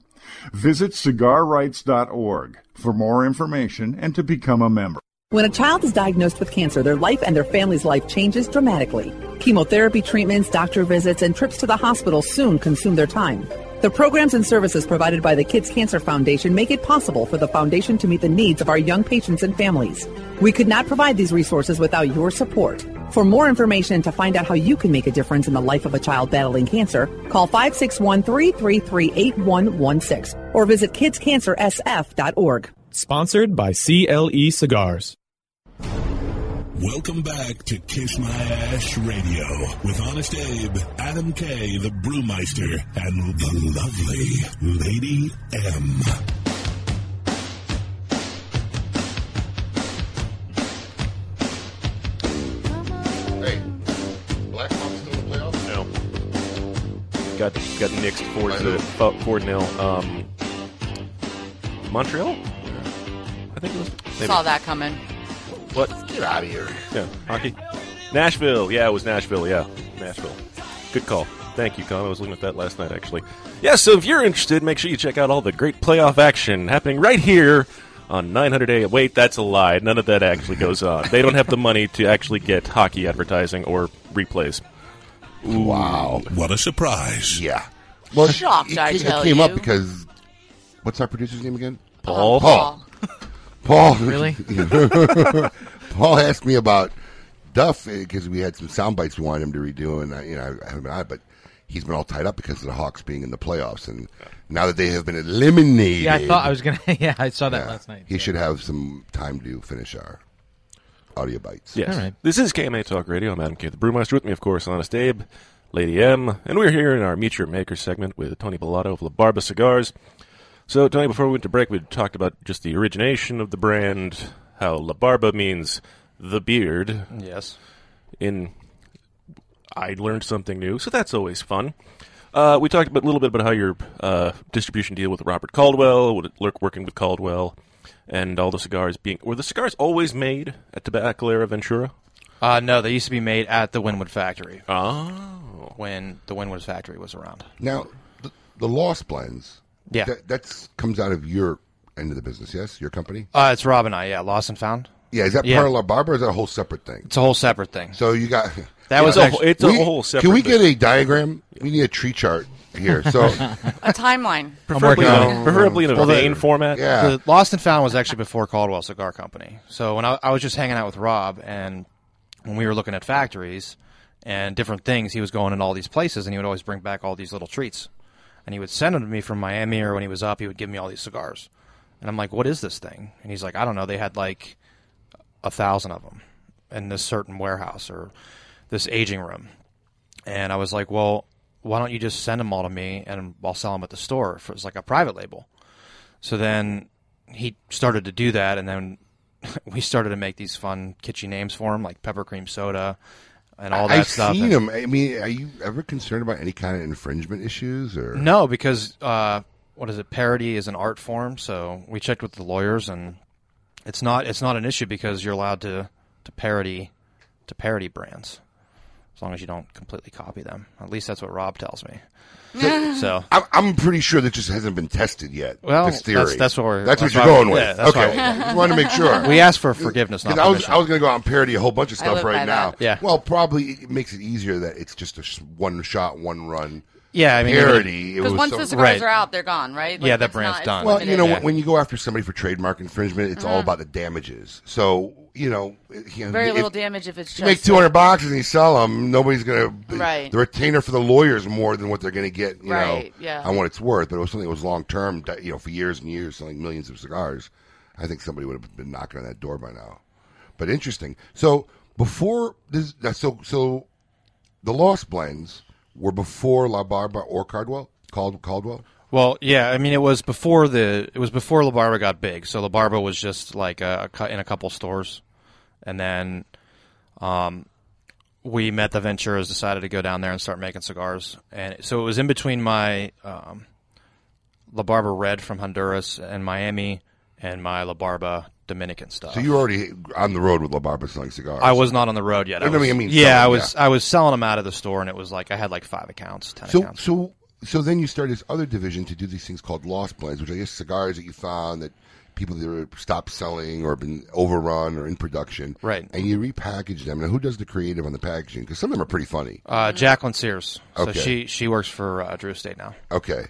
K: Visit cigarrights.org for more information and to become a member.
R: When a child is diagnosed with cancer, their life and their family's life changes dramatically. Chemotherapy treatments, doctor visits, and trips to the hospital soon consume their time. The programs and services provided by the Kids Cancer Foundation make it possible for the foundation to meet the needs of our young patients and families. We could not provide these resources without your support. For more information and to find out how you can make a difference in the life of a child battling cancer, call 561-333-8116 or visit kidscancersf.org.
S: Sponsored by CLE Cigars.
A: Welcome back to Kiss My Ash Radio with Honest Abe, Adam K, the Brewmeister, and the lovely Lady M.
D: Hey, Blackhawks still in the playoffs?
C: No. Got got nixed four to uh, four nil. Um, Montreal. I think it was. maybe.
E: Saw that coming.
C: What? Get out of here. Yeah, hockey. Nashville. Yeah, it was Nashville. Yeah, Nashville. Good call. Thank you, Con. I was looking at that last night, actually. Yeah, so if you're interested, make sure you check out all the great playoff action happening right here on 900 A. Wait, that's a lie. None of that actually goes on. They don't have the money to actually get hockey advertising or replays.
D: Wow.
A: What a surprise.
D: Yeah.
E: Well, Shocked,
D: it,
E: I
D: it
E: tell
D: came up
E: you.
D: because what's our producer's name again?
C: Paul.
D: Paul. Paul.
F: <laughs>
D: <laughs>
F: Really?
D: Paul asked me about Duff because we had some sound bites we wanted him to redo, and I, you know I haven't been on, it, but he's been all tied up because of the Hawks being in the playoffs, and now that they have been eliminated,
F: Yeah, I thought I was gonna. <laughs> Yeah, I saw that
D: Yeah.
F: last night.
D: He should have some time to finish our audio bites.
C: Yes. This is KMA Talk Radio. I'm Adam K. The Brewmeister with me, of course, Honest Abe, Lady M, and we're here in our Meet Your Maker segment with Tony Bellotto of La Barba Cigars. So, Tony, before we went to break, we talked about just the origination of the brand, how La Barba means the beard.
N: Yes.
C: In I learned something new, so that's always fun. Uh, we talked about- a little bit about how your uh, distribution deal with Robert Caldwell, with- lurk- working with Caldwell, and all the cigars being were the cigars always made at Tabacalera Ventura.
N: Uh, no, they used to be made at the Winwood factory.
C: Oh.
N: When the Winwood factory was around.
D: Now, the, the lost blends.
N: Yeah.
D: that that's, comes out of your end of the business. Yes, your company.
N: Uh, it's Rob and I, yeah. Lost and Found.
D: Yeah, is that
N: Yeah.
D: part of La Barber? Or is that a whole separate thing?
N: It's a whole separate thing.
D: So you got
N: That was a whole- it's a
D: We-
N: whole separate
D: Can we
N: thing.
D: get a diagram? We need a tree chart
N: <laughs>
D: here. So
E: A timeline.
C: Preferably
D: working
C: in a-
D: on it.
C: preferably in a
D: Well, the-
C: vein format.
N: The Lost and Found was actually before Caldwell Cigar Company. So when I, I was just hanging out with Rob, and when we were looking at factories and different things, he was going in all these places, and he would always bring back all these little treats, and he would send them to me from Miami or when he was up, he would give me all these cigars, and I'm like, "What is this thing?" And he's like, "I don't know. They had like a thousand of them in this certain warehouse or this aging room," and I was like, "Well." why don't you just send them all to me and I'll sell them at the store? For, it's like a private label. So then he started to do that, and then <laughs> we started to make these fun kitschy names for him, like pepper cream soda and all that
D: I've
N: stuff.
D: seen
N: And-
D: them. I mean, are you ever concerned about any kind of infringement issues or?
N: No, because uh, what is it? Parody is an art form, so we checked with the lawyers, and it's not it's not an issue because you're allowed to to parody to parody brands as long as you don't completely copy them. At least that's what Rob tells me. so
D: I'm, I'm pretty sure that just hasn't been tested yet.
N: Well,
D: this theory.
N: that's- that's what we're-
D: That's
N: that's
D: what you're
N: why
D: going
N: we-
D: with.
N: yeah, that's why
D: okay,
N: we-
D: I just wanted to make
N: <laughs>
D: sure.
N: We asked for forgiveness, not
D: Because I was
N: permission.
D: I was going to go out and parody a whole bunch of
N: I
D: stuff
N: live by
D: right now.
N: that. Yeah.
D: Well, probably it makes it easier that it's just a sh- one shot, one run.
N: Yeah, I mean,
D: parody. It
E: Because
D: was
E: once
D: so-
E: the cigars are out, they're gone, right? Like, it's not- it's
D: Well, you
E: limited.
D: know, when- when you go after somebody for trademark infringement, it's all
E: Uh-huh.
D: about the damages. So you know, it- you know,
E: Very
D: if-
E: little damage if it's
D: you make
E: just-
D: two hundred boxes and you sell them. Nobody's gonna
E: Right.
D: The retainer for the lawyers more than what they're gonna get. You
E: Right,
D: know,
E: yeah.
D: on what it's worth. But it was something that was long term. You know, for years and years, selling millions of cigars. I think somebody would have been knocking on that door by now. But interesting. So before this, uh, so so the lost blends were before La Barba or Caldwell. Cald, Caldwell.
N: Well, yeah, I mean, it was before the it was before La Barba got big. So La Barba was just like a, a cou- in a couple stores, and then um, we met the Venturas, decided to go down there and start making cigars. And so it was in between my um, La Barba Red from Honduras and Miami, and my La Barba Dominican stuff.
D: So you were already on the road with La Barba selling cigars.
N: I was not on the road yet. I
D: No, no,
N: was-
D: I mean,
N: yeah,
D: selling,
N: I was. I was selling them out of the store, and it was like I had like five accounts, ten
D: So,
N: accounts.
D: so, so then you start this other division to do these things called lost blends, which I guess cigars that you found that people either stopped selling or been overrun or in production. Right. And you repackage them. Now, who does the creative on the packaging? Because some of them are pretty funny.
N: Uh, Jacqueline Sears.
D: Okay.
N: So she she works for uh, Drew Estate now.
D: Okay.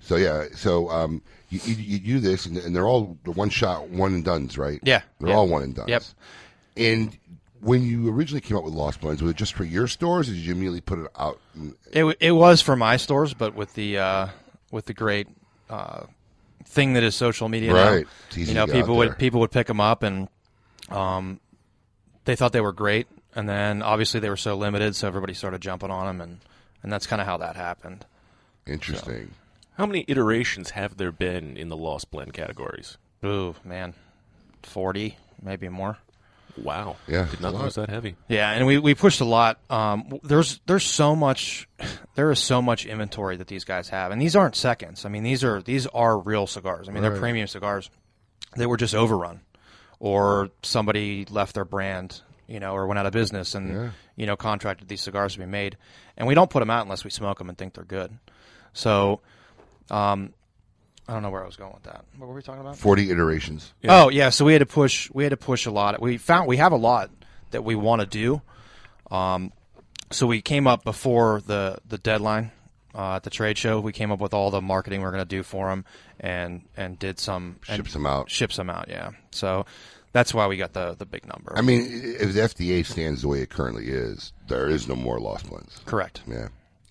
D: So yeah, so um, you, you you do this, and, and they're all the one shot, one and duns, right?
N: Yeah.
D: they're
N: Yeah.
D: all one and duns.
N: Yep.
D: And when you originally came up with Lost Blends, was it just for your stores, or did you immediately put it out? And,
N: It w- it was for my stores, but with the uh, with the great uh, thing that is social media, now,
D: Right. It's easy
N: you know,
D: to get out
N: people would
D: there.
N: people would pick them up, and um, they thought they were great, and then obviously they were so limited, so everybody started jumping on them, and and that's kind of how that happened.
D: Interesting.
C: How many iterations have there been in the lost blend categories?
N: Ooh, man, forty, maybe more.
C: Wow.
D: Yeah,
C: Did not
D: it's a
C: know it was
D: lot.
C: that heavy.
N: Yeah, and we, we pushed a lot. Um, w- there's there's so much, there is so much inventory that these guys have, and these aren't seconds. I mean, these are these are real cigars. I mean,
T: Right.
N: they're premium cigars. They were just overrun, or somebody left their brand, you know, or went out of business, and
T: Yeah.
N: you know contracted these cigars to be made, and we don't put them out unless we smoke them and think they're good. So, um, I don't know where I was going with that. What were we talking about?
D: 40 iterations.
N: Oh yeah, so we had to push. We had to push a lot. We found we have a lot that we want to do. Um, so we came up before the the deadline uh, at the trade show. We came up with all the marketing we are going to do for them, and and did some and
D: Ship some out.
N: Ship some out. Yeah. So that's why we got the the big number.
D: I mean, i- if the FDA stands the way it currently is, there is no more lost blends.
N: Correct.
D: Yeah.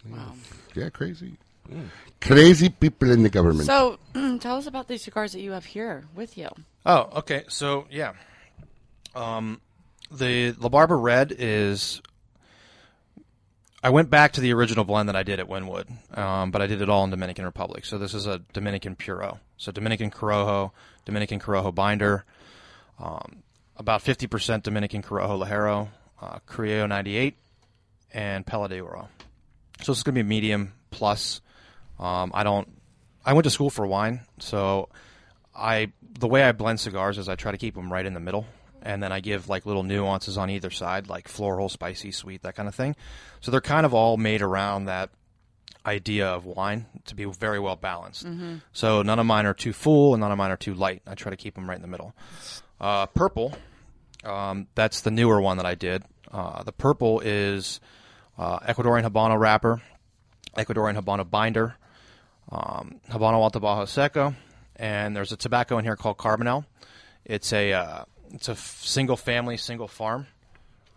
D: Wow. Yeah, crazy.
E: Mm.
D: Crazy people in the government.
E: So, mm, tell us about these cigars that you have here with you.
N: Oh, okay. So yeah, um, the La Barba Red is. I went back to the original blend that I did at Wynwood, um, but I did it all in Dominican Republic. So this is a Dominican Puro. So Dominican Corojo, Dominican Corojo binder, um, about 50% Dominican Corojo Lajero, uh, Criollo 98, and Pella de Oro. So this is going to be medium plus. Um, I don't. I went to school for wine, so I the way I blend cigars is I try to keep them right in the middle, and then I give like little nuances on either side, like floral, spicy, sweet, that kind of thing. So they're kind of all made around that idea of wine to be very well balanced.
T: Mhm.
N: So none of mine are too full, and none of mine are too light. I try to keep them right in the middle. Uh, purple, um, that's the newer one that I did. Uh, the purple is uh, Ecuadorian Habano wrapper, Ecuadorian Habano binder, um, Habano Alto Bajo Seco, and there's a tobacco in here called Carbonell. It's a uh, it's a f- single family, single farm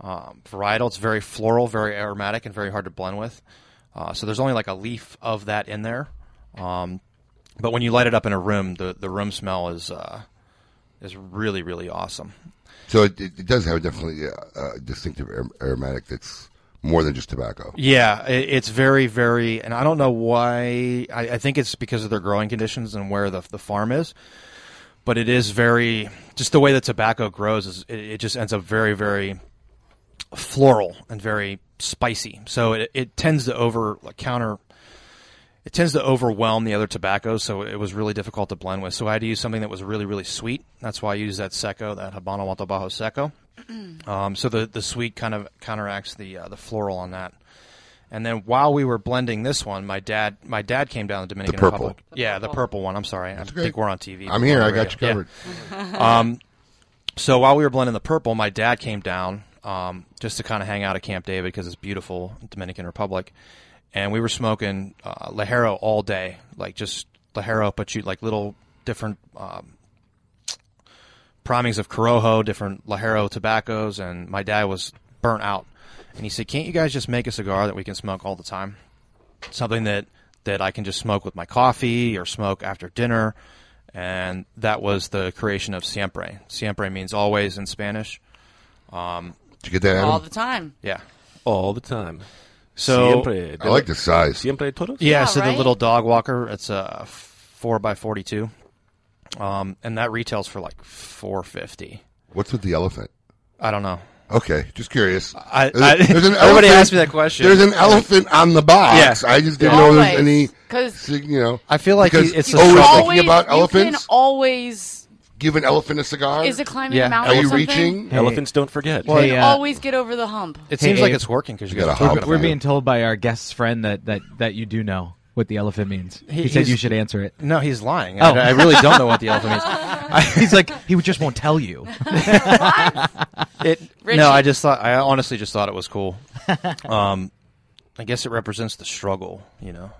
N: um, varietal. It's very floral, very aromatic, and very hard to blend with. Uh, so there's only like a leaf of that in there. Um, but when you light it up in a room, the, the room smell is uh, is really really awesome.
D: uh, So it, it does have definitely a, a distinctive ar- aromatic that's more than just tobacco.
N: Yeah, i it's very, very, and I don't know why. I, I think it's because of their growing conditions and where the the farm is, but it is very just the way that tobacco grows is it, it just ends up very, very floral and very spicy. So it, it tends to over like, counter. It tends to overwhelm the other tobaccos, so it was really difficult to blend with. So I had to use something that was really, really sweet. That's why I used that Seco, that Habano Alto Bajo Seco. <clears throat> Um, so the the sweet kind of counteracts the uh, the floral on that. And then while we were blending this one, my dad my dad came down to the Dominican
D: purple.
N: Republic. yeah, the purple one. I'm sorry, I
D: okay.
N: think we're on TV.
D: I'm here.
N: We're
D: I
N: on
D: got you
N: radio.
D: covered.
N: Yeah. <laughs> um, so while we were blending the purple, my dad came down um, just to kind of hang out at Camp David because it's beautiful Dominican Republic, and we were smoking uh, Lajero all day, like just Lajero, but you like little different um, primings of Corojo, different Lajero tobaccos, and my dad was burnt out. And he said, "Can't you guys just make a cigar that we can smoke all the time? Something that that I can just smoke with my coffee or smoke after dinner." And that was the creation of siempre. Siempre means always in Spanish. Um,
D: Did you get that, Adam?
E: All the time.
N: Yeah.
C: All the time.
N: So
C: Siempre. I like the size. Siempre todos?
N: Yeah,
C: Yeah,
N: so
C: right?
N: the little dog walker, it's a 4 by 42 um, and that retails for like 450
D: What's with the elephant?
N: I don't know.
D: Okay, just curious.
N: I- <laughs> everybody asked me that question.
D: There's an elephant on the box.
N: Yeah.
D: I just didn't know there was any. sig- you know,
N: I feel like
D: because
N: it's
E: You
N: a
E: can
D: always
E: always-
D: thinking about
E: you can
D: elephants.
E: always.
D: Give an elephant a cigar.
E: Is it climbing a mountain
D: Are
E: or
D: you
E: something?
D: reaching?
F: Hey. Elephants
C: don't forget.
E: You can always get over the hump.
F: we're, we're being told by our guest's friend that, that, that you do know what the elephant means. He,
N: He-
F: said
N: he's-
F: you should answer it. Oh.
N: No, he's lying. I- I really don't know what
F: <laughs>
N: the elephant means. I-
F: he's like he just won't <laughs> tell you.
D: <laughs>
N: <laughs>
F: <laughs>
N: it, no, I just thought I honestly just thought it was cool. <laughs> Um, I guess it represents the struggle, you know.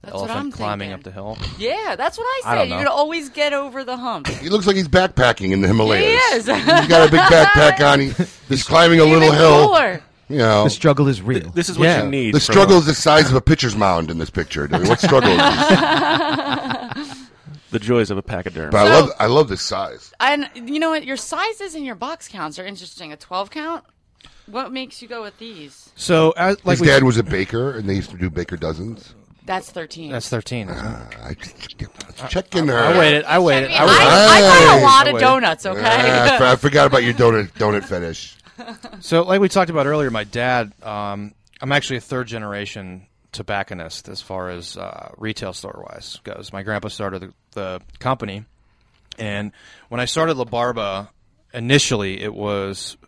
E: That's what
N: Elephant
E: I'm
N: climbing up the hill.
E: Yeah, that's what I
N: I
E: said.
N: don't
E: you
N: know.
E: can always get over the hump.
C: uh,
D: He looks like he's backpacking in the Himalayas.
E: <laughs> He is.
D: he's got a
E: <laughs>
D: big backpack on. He, he's climbing a little hill.
E: cooler.
D: You know,
F: The struggle is real.
C: This is what
D: Yeah.
C: you need.
D: The
C: from
D: struggle
C: a-
D: is the size of a pitcher's mound in this picture. I mean, what struggle is this?
C: <laughs> the joys of a pachyderm.
D: But I love, I love this size.
E: And you know what? Your sizes and your box counts are interesting. A 12 count. What makes you go with these?
N: So, as,
E: uh, like
D: his
E: we-
D: dad was a baker, and they used to do baker dozens.
E: That's 13.
N: That's thirteen.
D: Uh, I Check in her.
N: I waited. I waited. I,
E: I-
N: waited.
E: I got a lot
N: I
E: of
N: waited.
E: donuts, okay?
D: Ah, I, for- I forgot about your donut
E: <laughs>
D: donut fetish.
N: So, like we talked about earlier, my dad, um, I'm actually a third generation tobacconist as far as uh, retail store wise goes. My grandpa started the, the company, and when I started La Barba, initially it was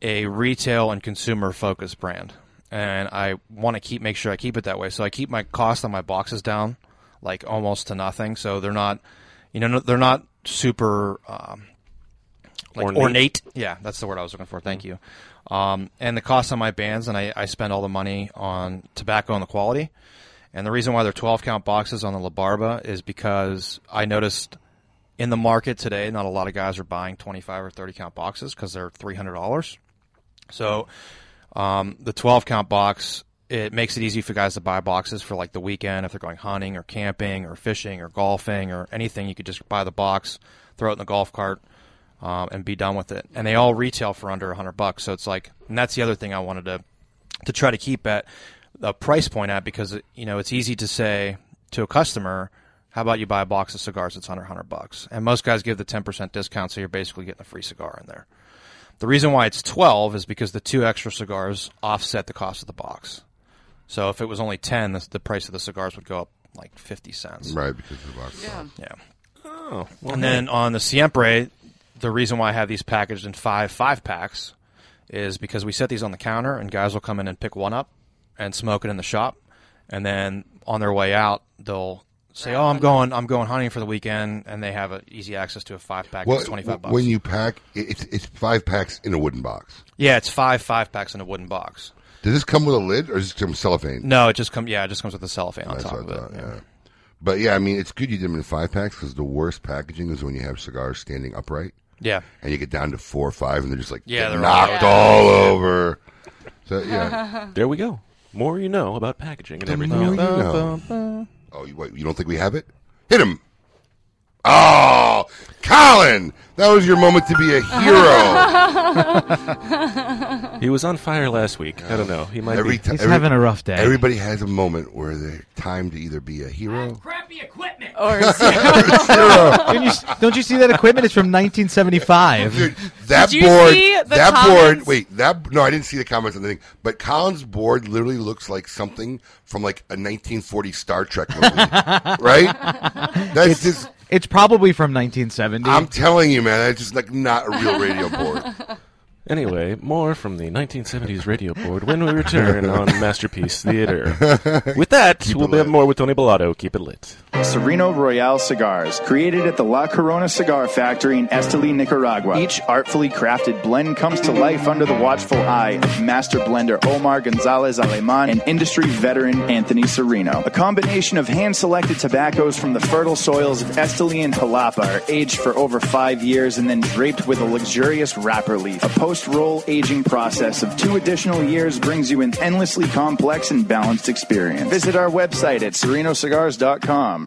N: a retail and consumer focused brand, and I want to keep make sure I keep it that way. So I keep my cost on my boxes down, like almost to nothing. So they're not, you know, they're not super. Um, like
C: Ornate.
N: ornate. Yeah, that's the word I was looking for. Thank you. Um, and the cost on my bands, and I, I spend all the money on tobacco and the quality. And the reason why they're 12 count boxes on the La Barba is because I noticed in the market today, not a lot of guys are buying 25 or 30 count boxes because they're $300. So um, the 12 count box, it makes it easy for guys to buy boxes for like the weekend if they're going hunting or camping or fishing or golfing or anything. You could just buy the box, throw it in the golf cart, um, and be done with it. And they all retail for under 100 bucks. So it's like, and that's the other thing I wanted to to try to keep at a price point at because you know it's easy to say to a customer, "How about you buy a box of cigars that's under 100 bucks?" And most guys give the 10% discount, so you're basically getting a free cigar in there. The reason why it's 12 is because the two extra cigars offset the cost of the box. So if it was only 10, the, the price of the cigars would go up like 50 cents.
D: Right, because of the box.
E: Yeah.
N: Yeah.
C: Oh, well,
N: and then on the Siempre, the reason why I have these packaged in five five packs is because we set these on the counter, and guys will come in and pick one up and smoke it in the shop, and then on their way out they'll say, "Oh, I'm going, I'm going hunting for the weekend," and they have a, easy access to a five pack.
D: Well,
N: it's twenty five bucks.
D: When you pack, it- it's it's five packs in a wooden box.
N: yeah, it's five five packs in a wooden box.
D: Does this come with a lid or is it some cellophane?
N: No, it just comes. Yeah, it just comes with a cellophane on
D: That's
N: top
D: what
N: of
D: I
N: it.
D: thought, yeah. But yeah, I mean, it's good you did them in five packs because the worst packaging is when you have cigars standing upright.
N: Yeah.
D: And you get down to four or five, and they're just like
N: Yeah,
D: get
N: they're all
D: knocked
N: out.
D: all over. So yeah,
C: there we go. More you know about packaging and
D: The
C: everything.
D: more
C: else.
D: you know. Oh, you, wait, you don't think we have it? Hit him! Oh, <laughs> Colin, that was your moment to be a hero.
C: <laughs> He was on fire last week. I don't know. He might
D: Every
C: be.
D: ti- every- Everybody has a moment where they're timed to either be a hero.
E: Crappy equipment. <laughs>
D: <laughs>
F: <laughs>
E: Or
F: Don't you, don't you see that equipment? It's from 1975.
D: That board, that board. Wait, that no, I didn't see the comments on the thing. But Colin's board literally looks like something from like a 1940 Star Trek
F: <laughs>
D: movie, right? That's
F: it's,
D: just.
F: it's probably from 1970.
D: I'm telling you, man. It's just like not a real radio
F: <laughs>
D: board.
C: Anyway, more from the 1970s radio board when we
D: <laughs>
C: return on Masterpiece Theater. With that,
K: Keep it
C: we'll have more with Tony Bellotto. Keep it lit.
I: Sereno Royale cigars, created at the La Corona Cigar Factory in Esteli, Nicaragua. Each artfully crafted blend comes to life under the watchful eye of master blender Omar Gonzalez Aleman and industry veteran Anthony Sereno. A combination of hand selected tobaccos from the fertile soils of Esteli and Palapa are aged for over five years and then draped with a luxurious wrapper leaf. A post roll aging process of two additional years brings you an endlessly complex and balanced experience. Visit our website at serenocigars.com.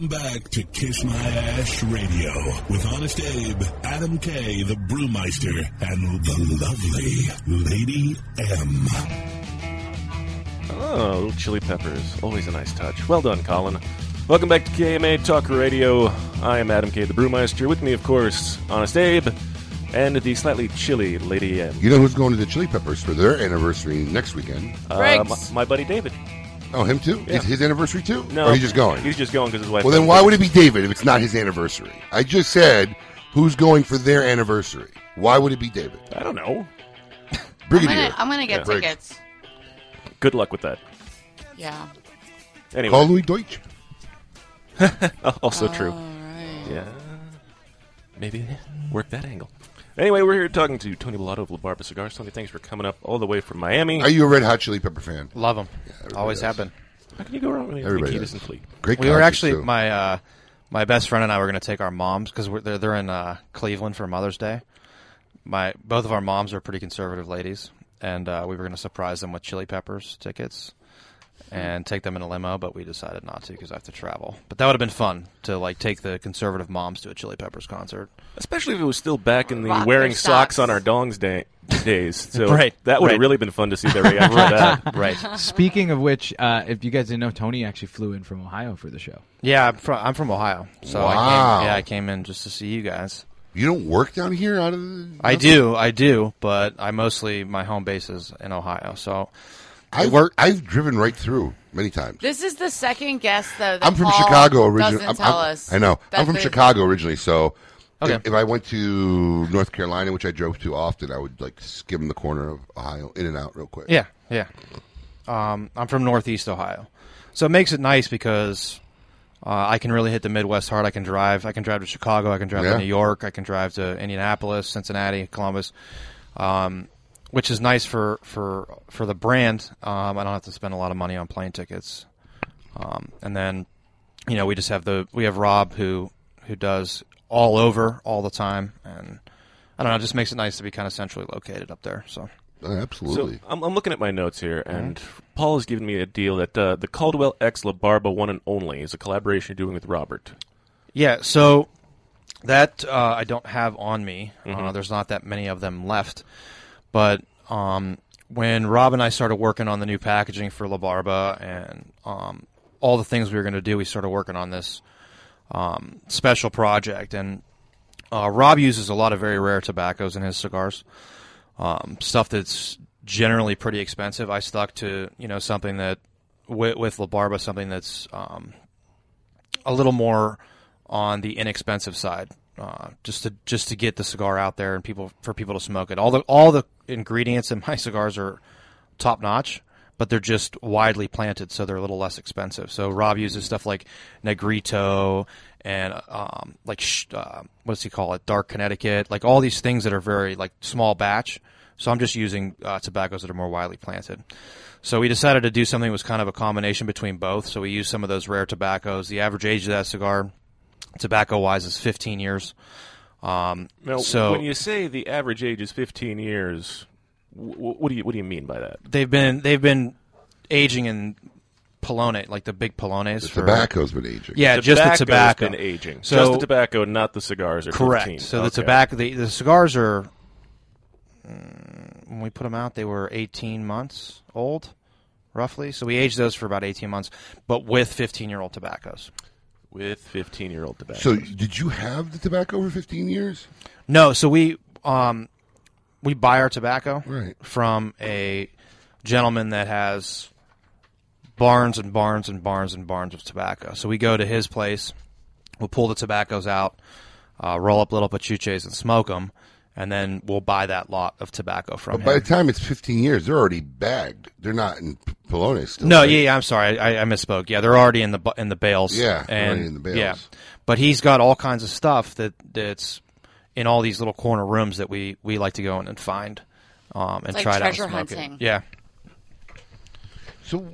A: Back to Kiss My Ash Radio with Honest Abe, Adam K, the Brewmeister, and the lovely Lady M.
C: Oh, little chili peppers. Always a nice touch. Well done, Colin. Welcome back to KMA Talk Radio. I am Adam K. the Brewmeister. With me, of course, Honest Abe, and the slightly chilly Lady M.
D: You know who's going to the Chili Peppers for their anniversary next weekend?
C: Uh, my, my buddy David.
D: Oh, him too?
C: Yeah.
D: Is his anniversary too?
C: No.
D: Or he's just going?
C: He's just going because his wife.
D: Well, then why would it be David if it's not his anniversary? I just said who's going for their anniversary. Why would it be David?
C: I don't know.
E: I'm
D: <laughs> Brigadier.
E: gonna, I'm gonna get
D: Yeah.
E: tickets.
C: Good luck with that.
E: Yeah.
C: Anyway. Oh,
D: Call Louis
C: <laughs>
D: Deutsch.
C: also true. Yeah. Maybe work that angle. Anyway, we're here talking to Tony Bellotto of La Barba Cigars. Tony, thanks for coming up all the way from Miami.
D: Are you a Red Hot Chili Pepper fan?
N: Love them. Always
D: does.
N: have been.
C: How can you go wrong with
D: Everybody
C: Nikitas
D: does.
C: and Fleet?
D: Great
N: We were
D: concerts,
N: actually
D: too.
N: my uh, my best friend and I were going to take our moms because they're they're in uh, Cleveland for Mother's Day. My both of our moms are pretty conservative ladies, and uh, we were going to surprise them with Chili Peppers tickets
D: Hmm.
N: and take them in a limo, but we decided not to because I have to travel. But that would have been fun to like take the conservative moms to a Chili Peppers concert.
C: Especially if it was still back in the
N: Rock
C: wearing
N: their
C: socks.
N: socks.
C: on our dongs day,
N: <laughs>
C: days. So
N: Right,
C: that would have
N: right.
C: really been fun to see their reaction to
N: <laughs>
C: that.
F: Speaking of which, uh, if you guys didn't know, Tony actually flew in from Ohio for the show.
N: Yeah, I'm from, I'm from Ohio, so I
F: Wow.
N: came, yeah I came in just to see you guys.
D: You don't work down here out of the.
N: I do, I do, but I mostly my home base is in Ohio, so
D: I I've driven right through many times.
E: This is the second guess though. That
D: I'm from
E: Paul
D: Chicago originally.
E: Doesn't tell us.
D: I know.
E: That
D: I'm from
E: they-
D: Chicago originally, so
E: Okay.
D: if, if I went to North Carolina, which I drove to often, I would like skim the corner of Ohio, in and out, real quick.
N: Yeah, yeah. Um, I'm from Northeast Ohio, so it makes it nice because uh, I can really hit the Midwest hard. I can drive. I can drive to Chicago. I can drive
B: Yeah.
N: to New York. I can drive to Indianapolis, Cincinnati, Columbus, um, which is nice for for for the brand. Um, I don't have to spend a lot of money on plane tickets, um, and then you know we just have the we have Rob who who does all over all the time and. I don't know. It just makes it nice to be kind of centrally located up there. So,
D: Oh, absolutely.
C: So I'm, I'm looking at my notes here,
N: Mm-hmm.
C: and Paul has given me a deal that uh, the Caldwell X La Barba One and Only is a collaboration you're doing with Robert.
N: Yeah, so that uh, I don't have on me. Uh, there's not that many of them left. But um, when Rob and I started working on the new packaging for La Barba and um, all the things we were going to do, we started working on this um, special project. And uh, Rob uses a lot of very rare tobaccos in his cigars, um, stuff that's generally pretty expensive. I stuck to you know something that with, with La Barba, something that's um, a little more on the inexpensive side, uh, just to just to get the cigar out there and people for people to smoke it. All the all the ingredients in <laughs> my cigars are top notch, but they're just widely planted, so they're a little less expensive. So Rob uses stuff like Negrito and um, like sh- uh, what does he call it? Dark Connecticut, like all these things that are very like small batch. So I'm just using uh, tobaccos that are more widely planted. So we decided to do something that was kind of a combination between both. So we used some of those rare tobaccos. The average age of that cigar, tobacco wise, is 15 years. Um,
C: Now,
N: so
C: when you say the average age is 15 years, w- what do you what do you mean by that?
N: they've been they've been aging in polone, like the big polones.
C: The
N: for,
D: tobacco's been aging.
N: Yeah, just the
C: Tobacco's
N: tobacco.
C: been aging.
N: So
C: Just the tobacco, not the cigars. Are
N: correct.
C: 15.
N: So the
C: Okay.
N: tobacco, the, the cigars are. mm, When we put them out, they were 18 months old, roughly. So we aged those for about 18 months, but with 15 year old tobaccos.
C: with 15 year old tobacco.
D: So, did you have the tobacco for 15 years?
N: No, so we um we buy our tobacco
D: Right.
N: from a gentleman that has barns and barns and barns and barns of tobacco. So we go to his place, we'll pull the tobaccos out, uh, roll up little pachuches and smoke them, and then we'll buy that lot of tobacco from
D: But
N: him.
D: by the time it's 15 years, they're already bagged. They're not in P- Polones still.
N: No,
D: right?
N: yeah, yeah, I'm sorry, I, I misspoke. Yeah, they're already in the bu- in the bales.
D: Yeah, they're
N: and
D: already in the bales.
N: yeah, but he's got all kinds of stuff that that's in all these little corner rooms that we we like to go in and find, um, and
E: It's like
N: try it out. and
E: treasure
N: smoke it.
E: hunting.
N: Yeah,
D: So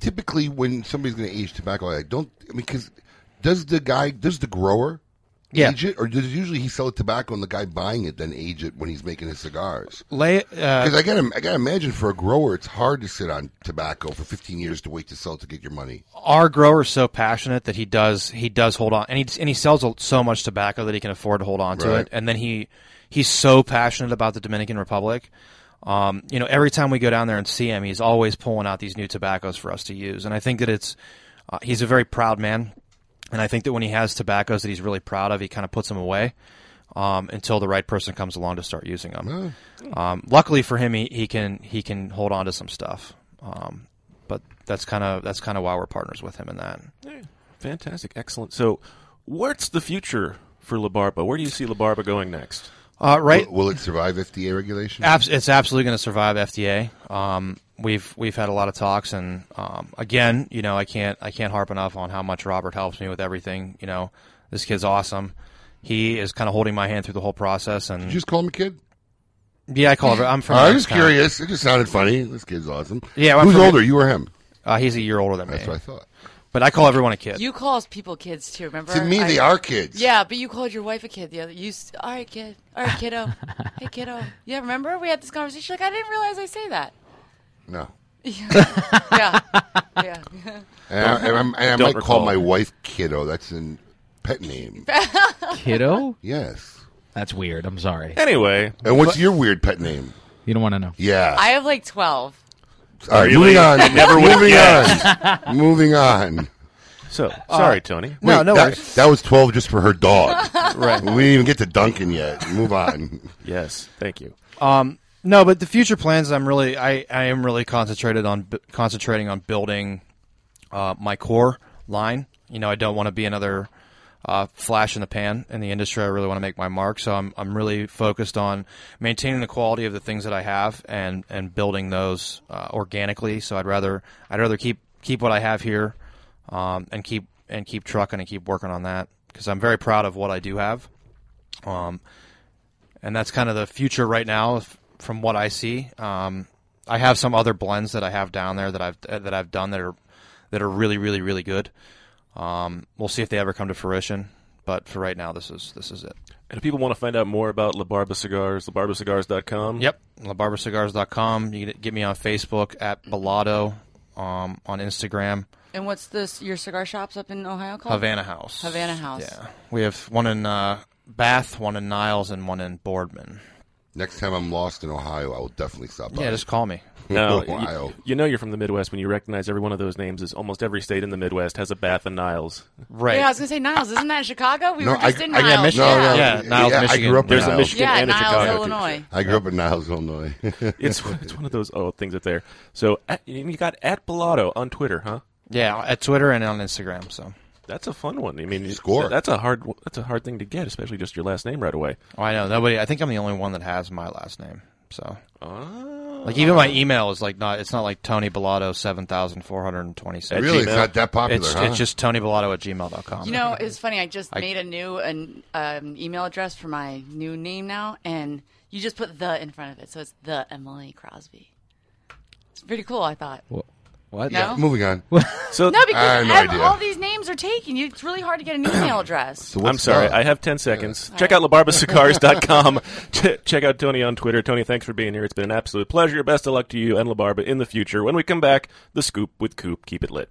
D: typically, when somebody's going to age tobacco, I don't. I mean, because does the guy, does the grower
N: Yeah.
D: age it, or does usually he sell the tobacco and the guy buying it then age it when he's making his cigars?
N: lay. uh,
D: Because I got I got to imagine for a grower, it's hard to sit on tobacco for 15 years to wait to sell to get your money.
N: our grower's so passionate that he does he does hold on and he and he sells a- so much tobacco that he can afford to hold on to
D: Right.
N: it and then he he's so passionate about the Dominican Republic um, you know every time we go down there and see him he's always pulling out these new tobaccos for us to use and I think that it's uh, he's a very proud man and I think that when he has tobaccos that he's really proud of he kind of puts them away um, until the right person comes along to start using them. Um, luckily for him, he, he can he can hold on to some stuff. Um, but that's kind of that's kind of why we're partners with him in that.
C: Fantastic, excellent. So, what's the future for LaBarba? Where do you see LaBarba going next?
N: Uh, right.
D: Will, will it survive FDA regulation?
N: Abs- it's absolutely going to survive FDA. Um, we've we've had a lot of talks, and um, again, you know, I can't I can't harp enough on how much Robert helps me with everything. You know, this kid's awesome. He is kind of holding my hand through the whole process, and
D: Did you just call him a kid?
N: yeah, I call him. I'm from.
D: I was just
N: Youngstown.
D: curious. It just sounded funny. This kid's awesome.
N: Yeah, well, I'm
D: who's
N: from-
D: older, you or him?
N: Uh, he's a year older than me. That's what
D: I thought.
N: But I call everyone a kid.
E: You call us people kids too. Remember?
D: To me, they are kids.
E: Yeah, but you called your wife a kid the other. You s- all right, kid? All
N: <laughs>
E: right, kiddo. hey, kiddo. Yeah, remember we had this conversation? Like I didn't realize I say that. <laughs>
D: No.
N: <laughs>
E: Yeah. yeah. Yeah. <laughs>
D: And I, and I'm- and I
C: Don't
D: might
C: recall.
D: call my wife Kiddo. That's a pet name.
F: Kiddo?
D: Yes.
F: That's weird. I'm sorry.
C: Anyway.
D: And what's your weird pet name?
F: You don't want to know.
D: Yeah.
E: I have like twelve.
D: All right,
C: Really?
D: moving
C: I
D: on.
C: <laughs> never would've
D: moving
C: guessed.
D: on. <laughs> moving on. Uh,
C: So sorry, Tony.
D: Wait, that, that was twelve just for her
F: <laughs>
D: dog.
N: Right.
D: We didn't even get to Duncan yet. Move on.
C: <laughs> yes. Thank you.
N: Um, no, but the future plans. I'm really, I, I am really concentrated on bu- concentrating on building uh, my core line. You know, I don't want to be another uh, flash in the pan in the industry. I really want to make my mark. So I'm, I'm really focused on maintaining the quality of the things that I have and and building those uh, organically. So I'd rather, I'd rather keep keep what I have here, um, and keep and keep trucking and keep working on that because I'm very proud of what I do have. Um, and that's kind of the future right now f- from what I see. Um, I have some other blends that I have down there that I've uh, that I've done that are that are really really really good. Um, we'll see if they ever come to fruition, but for right now, this is this is it.
C: And if people want to find out more about LaBarba Cigars, labarbacigars.com.
N: Yep, labarbacigars.com. You can get me on Facebook at Bellado, um, on Instagram.
E: And what's this? Your cigar shops up in Ohio called
N: Havana House.
E: Havana House.
N: Yeah, we have one in uh, Bath, one in Niles, and one in Boardman.
D: Next time I'm lost in Ohio, I will definitely stop by.
N: Yeah, just call
D: <laughs>
N: me.
C: No,
D: Ohio.
C: you, you know you're from the Midwest when you recognize every one of those names. Is almost every state in the Midwest has a Bath and Niles.
N: Right.
E: Yeah, I was gonna say Niles. Isn't that in Chicago? We
D: No,
E: were just
D: I-
E: in
D: I got
E: Niles.
D: Michigan. No, no,
C: Yeah,
D: yeah,
C: Niles,
D: I
C: Michigan.
D: grew up in
C: There's a
D: Niles.
C: Michigan
E: Yeah,
C: and a
E: Niles,
C: Chicago.
E: Illinois.
D: I grew up in Niles, Illinois.
C: <laughs> it's it's one of those old things up there. So at, you got at Bellotto on Twitter, huh?
N: Yeah, at Twitter and on Instagram. So
C: That's a fun one. I mean,
N: Score.
C: That's a hard that's a hard thing to get, especially just your last name right away.
N: Oh, I know nobody. I think I'm the only one that has my last name. So, like, even my email is like not. It's not like Tony Bellotto seven thousand four hundred twenty six.
D: Really? It's not that popular,
N: It's,
D: huh?
N: it's just Tony Bellotto at gmail.com.
E: You know, it's funny. I just
N: I-
E: made a new an, um, email address for my new name now, and you just put the in front of it, so it's the Emily Crosby. It's pretty cool, I thought.
F: What?
E: No? Yeah,
N: <laughs>
D: moving on.
C: so
E: no, because
C: I had no
E: ev-
C: idea.
E: all these names are taken. You, it's really hard to get an
C: <clears throat>
E: email address.
C: I'm sorry. I have 10 seconds. Check out
E: <laughs>
C: labarbacigars.com. Ch- Check out Tony on Twitter. Tony, thanks for being here. It's been an absolute pleasure. Best of luck to you and LaBarba in the future. When we come back, the scoop with Coop. Keep it lit.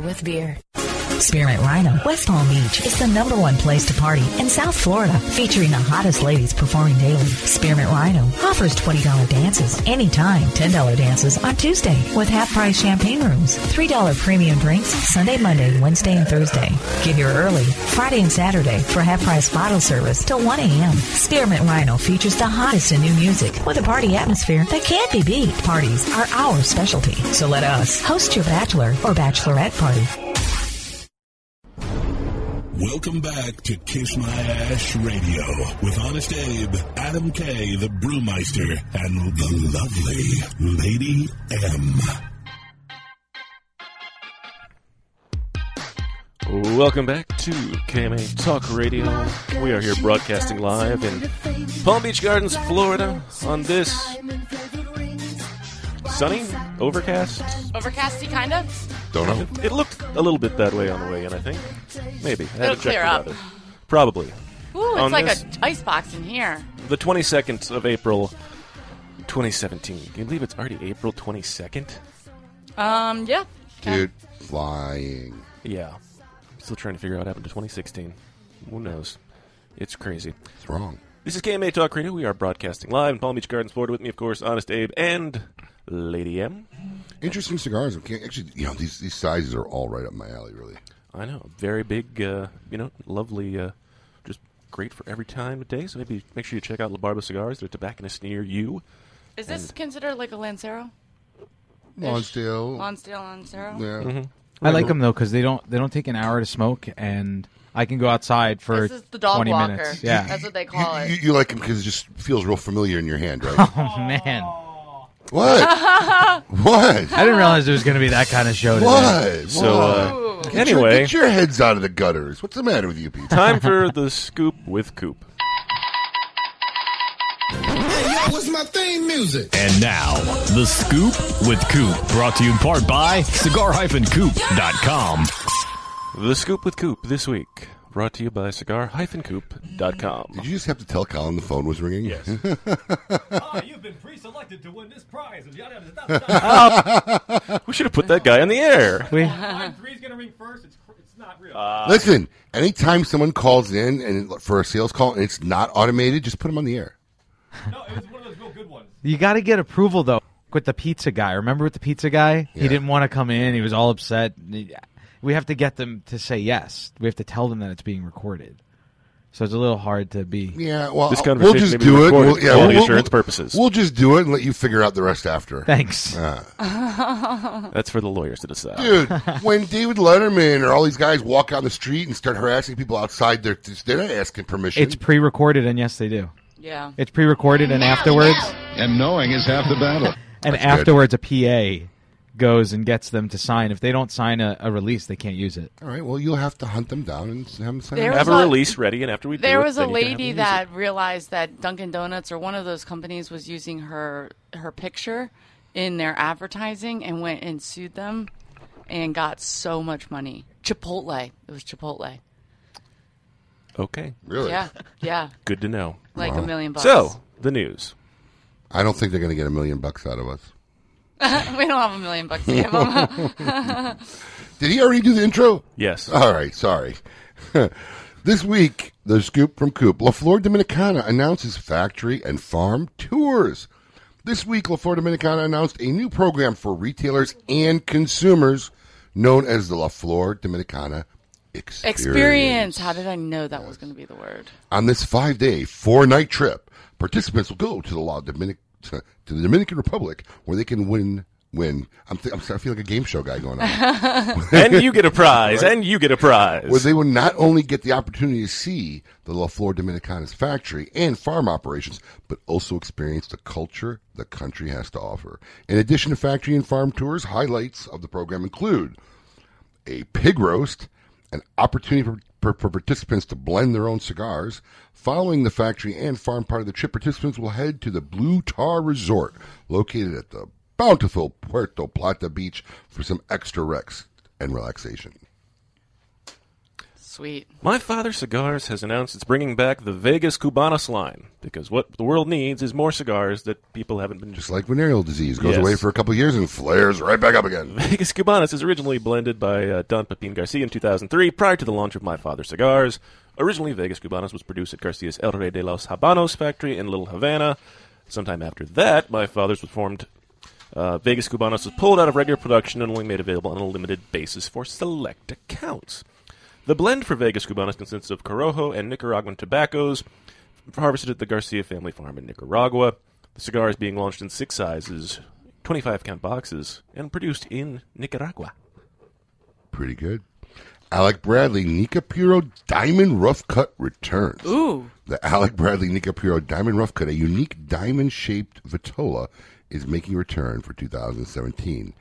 B: with beer.
G: Spearmint Rhino, West Palm Beach is the number one place to party in South Florida, featuring the hottest ladies performing daily. Spearmint Rhino offers $20 dances anytime, $10 dances on Tuesday with half price champagne rooms, $3 premium drinks Sunday, Monday, Wednesday, and Thursday. Get here early Friday and Saturday for half price bottle service till 1 a.m. Spearmint Rhino features the hottest in new music with a party atmosphere that can't be beat. Parties are our specialty, so let us host your bachelor or bachelorette party.
A: Welcome back to Kiss My Ash Radio with Honest Abe, Adam K, the Brewmeister, and the lovely Lady M.
C: Welcome back to KMA Talk Radio. We are here broadcasting live in Palm Beach Gardens, Florida on this sunny, overcast.
E: Overcasty, kind of.
D: Don't know.
C: It, it looked a little bit that way on the way in, I think. Maybe. I had
E: It'll
C: to check
E: clear
C: the
E: up.
C: weather. Probably.
E: Ooh, it's
C: on
E: like
C: this?
E: a ice box in here.
C: the 22nd of April, 2017. Can you believe it's already April 22nd?
E: Um, yeah.
D: Dude, flying.
C: Yeah. Still trying to figure out what happened to 2016. Who knows? It's crazy. It's
D: wrong.
C: This is KMA Talk Radio. We are broadcasting live in Palm Beach Gardens, Florida. With me, of course, Honest Abe and Lady M.
D: Interesting cigars. Okay, actually, you know these these sizes are all right up my alley. Really,
C: I know. Very big, uh, you know, lovely, uh, just great for every time of day. So maybe make sure you check out La Barba Cigars. They're tobacconist near you.
E: Is this
C: And-
E: considered like a Lancero?
D: Lonsdale.
E: Lonsdale Lancero? <laughs>
C: Mm-hmm.
F: I like them though because they don't they don't take an hour to smoke, and I can go outside for
E: This is the dog
F: twenty
E: walker.
F: minutes. Yeah,
E: <laughs> That's what they call
D: you,
E: it.
D: you like them because it just feels real familiar in your hand, right?
F: <laughs> Oh man,
D: what? <laughs> What?
F: I didn't realize it was going to be that kind of show. Today.
D: What?
C: uh,
D: What? Get your- get your heads out of the gutters. What's the matter with you people? <laughs>
C: Time for the scoop with Coop.
H: What's my theme music?
U: And now, The Scoop with Coop, brought to you in part
O: <laughs>
U: by cigar-coop.com.
C: The Scoop with Coop this week, brought to you by cigar-coop.com. Did
D: you just have to tell Colin the phone was ringing? <laughs> Yes.
U: You've been pre-selected to win this prize.
C: <laughs> we should have put that guy on the air. Uh,
D: Listen, anytime someone calls in and for a sales call and it's not automated, just put them on the air.
F: You got to get approval though with the pizza guy. Remember with the pizza guy, he didn't want to come in. He was all upset. We have to get them to say yes. We have to tell them that it's being recorded. So it's a little hard to be.
D: Yeah, well, uh, we'll just do it. We'll, yeah, we'll- we'll- We'll just do it and let you figure out the rest after.
F: Thanks.
D: Uh,
C: That's for the lawyers to decide.
D: dude, when David Letterman or all these guys walk out in the street and start harassing people outside, they're just, they're not asking permission.
F: It's pre-recorded, and yes, they do.
E: Yeah.
F: It's pre-recorded, and afterwards,
H: And knowing is half the battle.
F: and afterwards, a PA goes and gets them to sign. If they don't sign a, a release, they can't use it.
D: all right. Well, you'll have to hunt them down and have them sign
E: There
D: it.
E: was Have a a-
C: release <laughs> ready, and after we
E: There was a lady that realized that Dunkin' Donuts or one of those companies was using her her picture in their advertising and went and sued them and got so much money. Chipotle. It was Chipotle. <laughs>
C: Okay.
D: Really?
E: Yeah. Yeah.
C: Good to know.
E: Like a million bucks.
C: So, the news.
D: I don't think they're going to get a million bucks out of us.
E: we don't have a million bucks to
C: <laughs>
E: give them. <laughs>
D: <laughs> Did he already do the intro?
C: Yes.
D: All right, sorry. <laughs> this week, the scoop from Coop. La Flor Dominicana announces factory and farm tours. This week, La Flor Dominicana announced a new program for retailers and consumers known as the La Flor Dominicana Experience.
E: Experience. How did I know that was going to be the word?
D: On this five day, four night trip, participants will go to the La Dominic to to the Dominican Republic where they can win. Win. I'm, th- I'm sorry, I feel like a game show guy going on.
C: <laughs> and you get a prize, and you get a prize.
D: where they will not only get the opportunity to see the La Flor Dominicana's factory and farm operations, but also experience the culture the country has to offer. In addition to factory and farm tours, highlights of the program include a pig roast, an opportunity for, for, for participants to blend their own cigars. Following the factory and farm part of the trip, participants will head to the Blue Tar Resort, located at the bountiful Puerto Plata beach, for some extra recs and relaxation.
E: Sweet.
C: My Father Cigars has announced it's bringing back the Vegas Cubanos line because what the world needs is more cigars that people haven't been
D: Just like venereal disease goes
C: Yes.
D: away for a couple years and flares right back up again.
C: <laughs> Vegas Cubanos is originally blended by uh, Don Pepin Garcia in 2003 prior to the launch of My Father Cigars. Originally, Vegas Cubanos was produced at Garcia's El Rey de los Habanos factory in Little Havana. Sometime after that, My Father's was formed. Uh, Vegas Cubanos was pulled out of regular production and only made available on a limited basis for select accounts. The blend for Vegas Cubanos consists of Corojo and Nicaraguan tobaccos harvested at the Garcia family farm in Nicaragua. The cigar is being launched in six sizes, 25 count boxes, and produced in Nicaragua.
D: Pretty good. Alec Bradley Nika Puro Diamond Rough Cut returns.
E: Ooh.
D: The Alec Bradley Nika Puro Diamond Rough Cut, a unique diamond shaped Vitola, is making a return for 2017.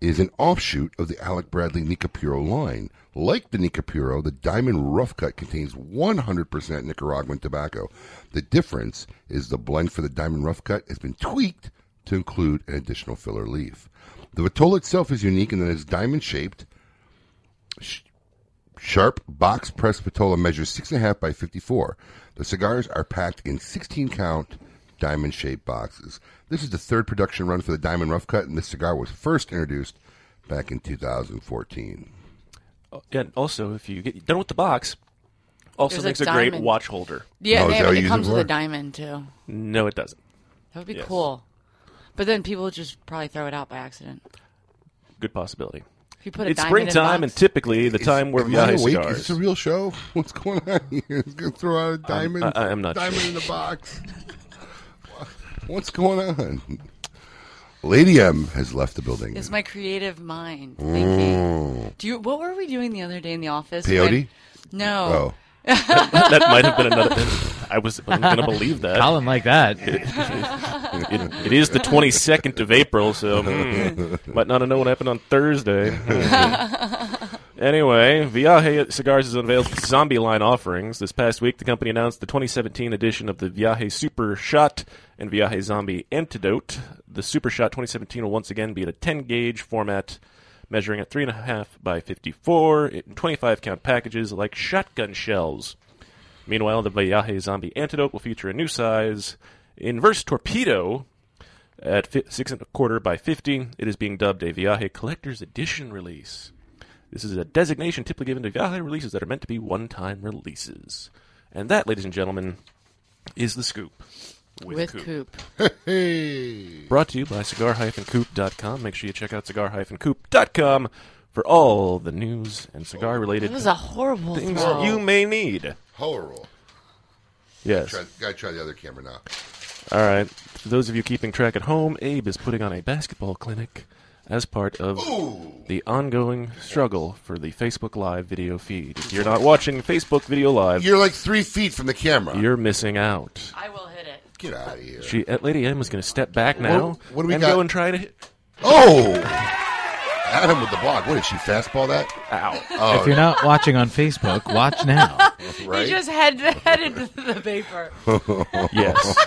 D: It is an offshoot of the Alec Bradley Nika Puro line. Like the Nika Puro, the Diamond Rough Cut contains 100% Nicaraguan tobacco. The difference is the blend for the Diamond Rough Cut has been tweaked to include an additional filler leaf. The Vitola itself is unique in that it is diamond shaped Sharp box press Patola measures six and a half by fifty-four. The cigars are packed in sixteen-count diamond-shaped boxes. This is the third production run for the Diamond Rough Cut, and this cigar was first introduced back in 2014.
C: Oh, yeah, and also, if you get done with the box, also
E: There's
C: makes
E: a
C: a, great
E: diamond.
C: watch holder.
E: Yeah, they have, it comes with a diamond too.
C: No, it doesn't.
E: That would be
C: Yes.
E: cool. But then people would just probably throw it out by accident.
C: Good possibility.
E: If you put a
C: it's
E: diamond in a
C: springtime,
E: box-
C: and typically the
D: Is-
C: time where
D: am
C: we
D: I
C: buy
D: awake?
C: cigars.
D: Is this a real show? <laughs> What's going on here? It's gonna throw out a diamond.
C: I- I am not
D: diamond
C: sure.
D: in the box. What's going on? Lady M has left the building.
E: It's my creative mind.
D: Mm.
E: Do you? What were we doing the other day in the office?
D: Peyote? Oh.
E: When- <laughs> no.
C: that, <laughs> that might have been another.
E: <laughs>
C: I was going to believe that.
F: Colin like that.
C: It- it is the 22nd of April, so hmm, might not have known what happened on Thursday. <laughs> Hmm. anyway, Viaje Cigars has unveiled its zombie line offerings. This past week, the company announced the 2017 edition of the Viaje Super Shot and Viaje Zombie Antidote. The Super Shot 2017 will once again be in a 10 gauge format. Measuring at 3.5 by 54 in 25 count packages like shotgun shells. Meanwhile, the Vayahe Zombie Antidote will feature a new size inverse torpedo at fi- six and a quarter by fifty. It is being dubbed a Viaje Collector's Edition release. This is a designation typically given to Viaje releases that are meant to be one-time releases. And that, ladies and gentlemen, is the scoop.
E: With,
C: Coop.
E: Coop.
C: Brought to you by cigar-coop.com. Make sure you check out cigar-coop.com for all the news and cigar-related
E: That was a horrible
C: things
E: throw.
C: you may need.
D: Horrible.
C: Yes.
D: Try, gotta try the other camera now.
C: All right. For those of you keeping track at home, Abe is putting on a basketball clinic as part of the ongoing struggle for the Facebook Live video feed. If you're not watching Facebook Video Live,
D: you're like three feet from the camera.
C: You're missing out.
E: I will hit it.
D: Get out of here.
C: She, uh, Lady M is going to step back now
D: <laughs> What, what do we
C: and
D: got?
C: go and try to hit.
D: Oh! Adam with the block. What did she fastball that?
C: Ow.
D: Oh,
F: if you're not watching on Facebook, watch now.
E: He just head, headed to the
D: <laughs>
E: paper.
C: <laughs> yes.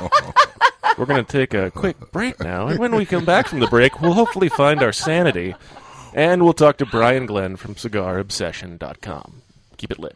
C: We're going to take a quick break now, and when we come back from the break, we'll hopefully find our sanity, and we'll talk to Brian Glenn from CigarObsession.com. Keep it lit.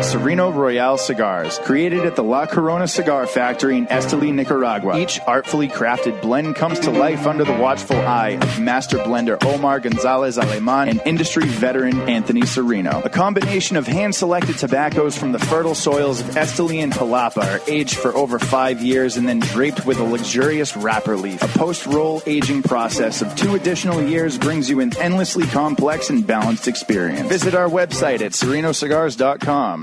I: Sereno Royale cigars, created at the La Corona Cigar Factory in Esteli, Nicaragua. Each artfully crafted blend comes to life under the watchful eye of master blender Omar Gonzalez Aleman and industry veteran Anthony Sereno. A combination of hand selected tobaccos from the fertile soils of Esteli and Jalapa are aged for over five years and then draped with a luxurious wrapper leaf. A post roll aging process of two additional years brings you an endlessly complex and balanced experience. Visit our website at serenocigars.com.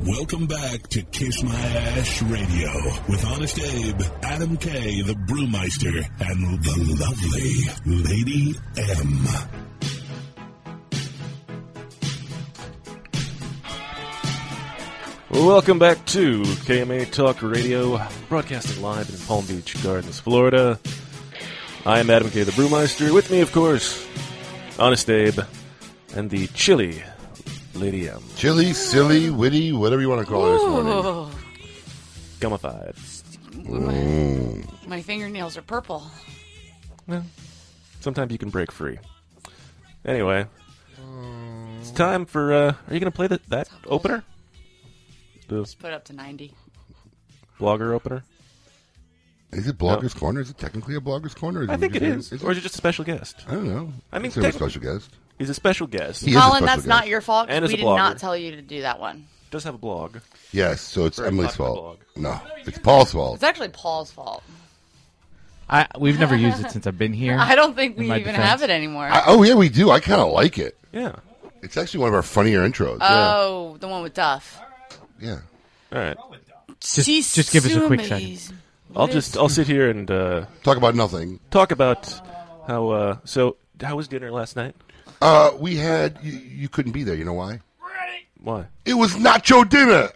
A: Welcome back to Kiss My Ash Radio with Honest Abe, Adam K, the Brewmeister, and the lovely Lady M.
C: Welcome back to KMA Talk Radio, broadcasting live in Palm Beach Gardens, Florida. I am Adam K. the Brewmeister. With me, of course, Honest Abe and the chilly Lady M.
D: Chilly, silly, witty, whatever you want to call her this morning.
E: Ooh,
C: Gummified.
D: Mm.
E: my fingernails are purple.
C: Sometimes you can break free. Anyway,
D: Mm.
C: it's time for. Uh, are you going to play the, that opener? The
E: Put it up to 90.
C: blogger opener?
D: Is it Blogger's Corner? Is it technically a Blogger's Corner?
C: I think
D: would
C: it
D: you
C: is.
D: say
C: Or is it just a special guest?
D: I don't know.
C: I
D: Consider
C: mean,
D: him a
C: technically-
D: special guest.
C: He's a special guest.
D: He is a
E: Colin,
D: special
E: that's
D: guest.
E: not your fault. 'cause
C: And as
E: we
C: a
E: did
C: blogger.
E: not tell you to do that one.
C: Does have a blog.
D: Yes, so it's
C: Very
D: Emily's
C: popular
D: fault. No, it's Paul's fault.
E: It's actually Paul's fault.
F: I we've never used it since I've been here.
E: I don't think
F: in
E: we
F: my
E: even
F: defense.
E: have it anymore.
D: I, oh yeah, we do. I kind of like it.
C: Yeah.
D: It's actually one of our funnier intros.
E: oh, the one with Duff.
D: yeah.
C: All right.
E: She's just give us a quick second. Sumis.
C: I'll just I'll sit here and uh,
D: talk about nothing.
C: Talk about how uh, so how was dinner last night?
D: Uh, we had you, you couldn't be there. You know why?
C: Why?
D: It was nacho dinner.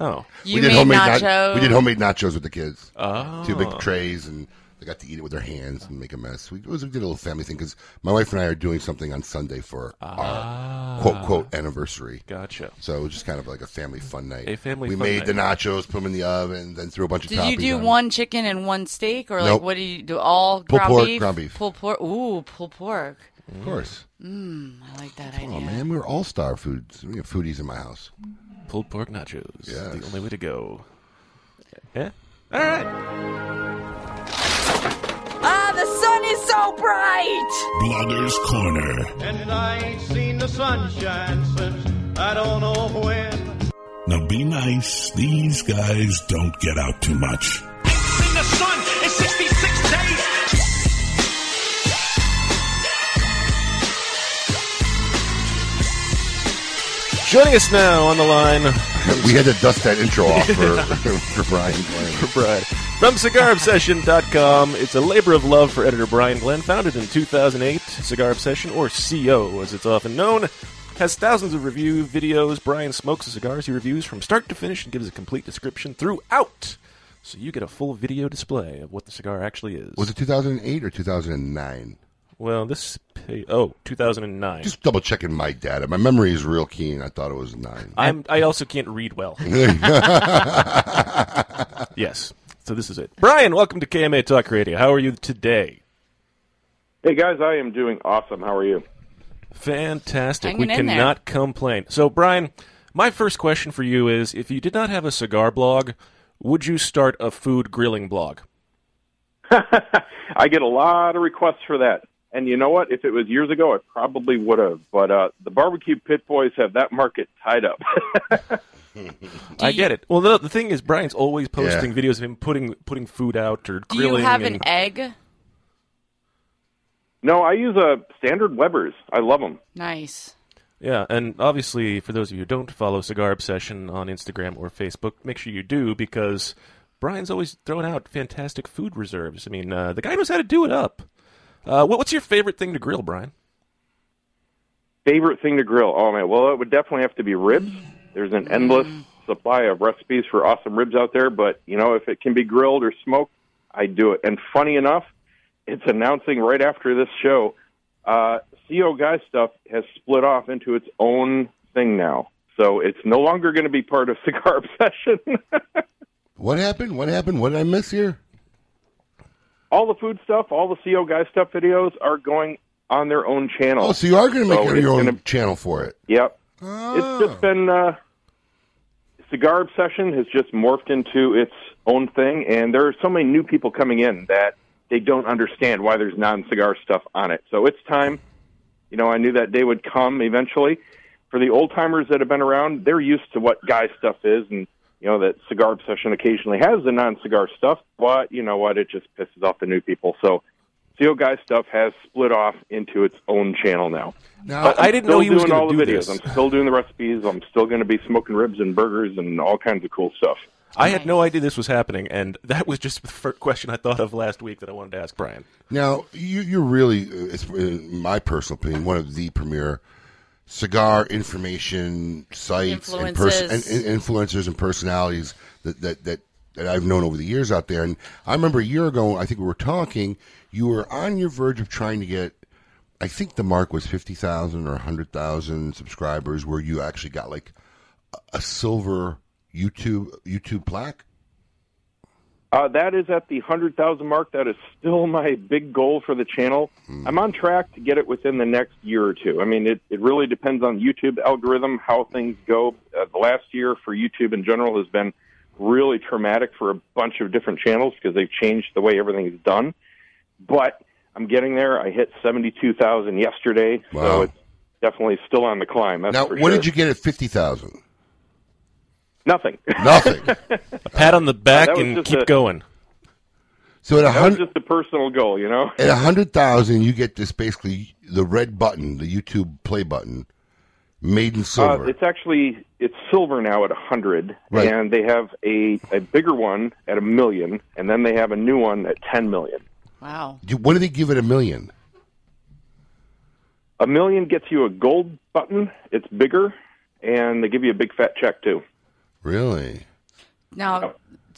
C: Oh,
E: You made
D: nach-
E: nachos?
D: we did homemade nachos with the kids.
C: Oh.
D: Two big trays, and they got to eat it with their hands and make a mess. We, it was, we did a little family thing because my wife and I are doing something on Sunday for our quote quote anniversary.
C: Ah. Gotcha.
D: So it was just kind of like a family fun night.
C: A family
D: We
C: fun
D: made
C: night.
D: the nachos, put them in the oven, then threw a bunch of
E: Did
D: toppings.
E: you do
D: on.
E: one chicken and one steak, or like
D: Nope.
E: what do you do? All
D: Pulled
E: ground
D: pork,
E: beef,
D: ground beef.
E: pulled pork. Ooh, pulled pork.
D: Of course.
E: Mmm, I like that
D: Oh
E: idea.
D: man, we were all star foods. We have foodies in my house.
C: Pulled pork nachos.
D: Yeah.
C: The only way to go. Yeah. All right.
O: Ah, the sun is so bright!
A: Blogger's Corner.
O: And I ain't seen the sunshine since I don't know when.
A: Now be nice. These guys don't get out too much.
O: In the sun, it's 66 days!
C: Joining us now on the line
D: We had to dust that intro off for,
C: <laughs>
D: for Brian. Glenn.
C: for Brian from CigarObsession.com. It's a labor of love for editor Brian Glenn, founded in 2008. Cigar Obsession, or CO as it's often known, has thousands of review videos. Brian smokes the cigars he reviews from start to finish and gives a complete description throughout. So you get a full video display of what the cigar actually is.
D: Was it 2008 or 2009?
C: Well, this pa oh, 2009.
D: Just double checking my data. My memory is real keen. I thought it was nine.
C: I'm, I also can't read well. yes. So this is it. Brian, welcome to KMA Talk Radio. How are you today?
P: Hey guys, I am doing awesome. How are you?
C: Fantastic.
P: Hanging
C: we
P: in there.
C: cannot complain. So, Brian, my first question for you is if you did not have a cigar blog, would you start a food grilling blog?
P: I get a lot of requests for that. And you know what? If it was years ago, I probably would have. But uh, the barbecue pit boys have that market tied up. <laughs>
C: I get it. Well, the, the thing is, Brian's always posting videos of him putting putting food out or
E: Do you
C: grilling.
E: have
C: and-
E: an egg?
P: no, I use uh, standard Weber's. I love them.
E: Nice.
C: Yeah, and obviously, for those of you who don't follow Cigar Obsession on Instagram or Facebook, make sure you do because Brian's always throwing out fantastic food reserves. I mean, uh, the guy knows how to do it up. Uh, what, what's your favorite thing to grill, Brian?
P: Favorite thing to grill? Oh man, well it would definitely have to be ribs. There's an endless supply of recipes for awesome ribs out there. But you know, if it can be grilled or smoked, I do it. And funny enough, it's announcing right after this show, uh, CO Guy Stuff has split off into its own thing now. So it's no longer going to be part of <laughs> Cigar Obsession. <laughs>
D: What happened? What happened? What did I miss here?
P: all the food stuff, all the CO Guy Stuff videos are going on their own channel.
D: Oh, so you are going to make
P: So it's
D: your own
P: gonna-
D: channel for it.
P: Yep. It's just been uh, cigar obsession has just morphed into its own thing, and there are so many new people coming in that they don't understand why there's non-cigar stuff on it. So it's time. You know, I knew that day would come eventually. For the old timers that have been around, they're used to what guy stuff is, and you know that cigar obsession occasionally has the non-cigar stuff. But you know what? It just pisses off the new people. So. CO Guy stuff has split off into its own channel now.
D: Now,
P: But I'm
D: I didn't
P: still
D: know he was
P: doing
D: gonna
P: all the
D: do
P: videos.
D: this.
P: I'm still doing the recipes. I'm still going to be smoking ribs and burgers and all kinds of cool stuff.
C: I had no idea this was happening, and that was just <laughs> the first question I thought of last week that I wanted to ask Brian.
D: Now, you, you're really, uh, it's, in my personal opinion, one of the premier cigar information sites and,
E: Influences.
D: and, and influencers and personalities that, that, that, that I've known over the years out there. And I remember a year ago, I think we were talking, you were on your verge of trying to get, I think the mark was 50,000 or 100,000 subscribers where you actually got like a, a silver YouTube YouTube plaque.
P: Uh, that is at the 100,000 mark. That is still <laughs> my big goal for the channel.
D: Hmm.
P: I'm on track to get it within the next year or two. I mean, it, it really depends on YouTube algorithm, how things go. Uh, the last year for YouTube in general has been really traumatic for a bunch of different channels because they've changed the way everything's done. But I'm getting there. I hit 72,000 yesterday, so
D: Wow.
P: it's definitely still on the climb. That's
D: now,
P: for
D: what
P: sure.
D: did you get at 50,000?
P: Nothing. <laughs> Uh,
D: Nothing.
C: A pat on the back
P: that was
C: and
P: just
C: keep
P: a-
C: going.
D: So at a
P: that
D: hundred.
P: was just a personal goal, you know.
D: At a hundred thousand, you get this basically the red button, the YouTube play button, made in
P: Uh,
D: silver.
P: it's actually it's silver now at a hundred,
D: Right.
P: and they have a a bigger one at a million, and then they have a new one at ten million.
E: Wow.
D: Do- what do they give it a million?
P: A million gets you a gold button. It's bigger, and they give you a big fat check too.
D: Really?
E: Now,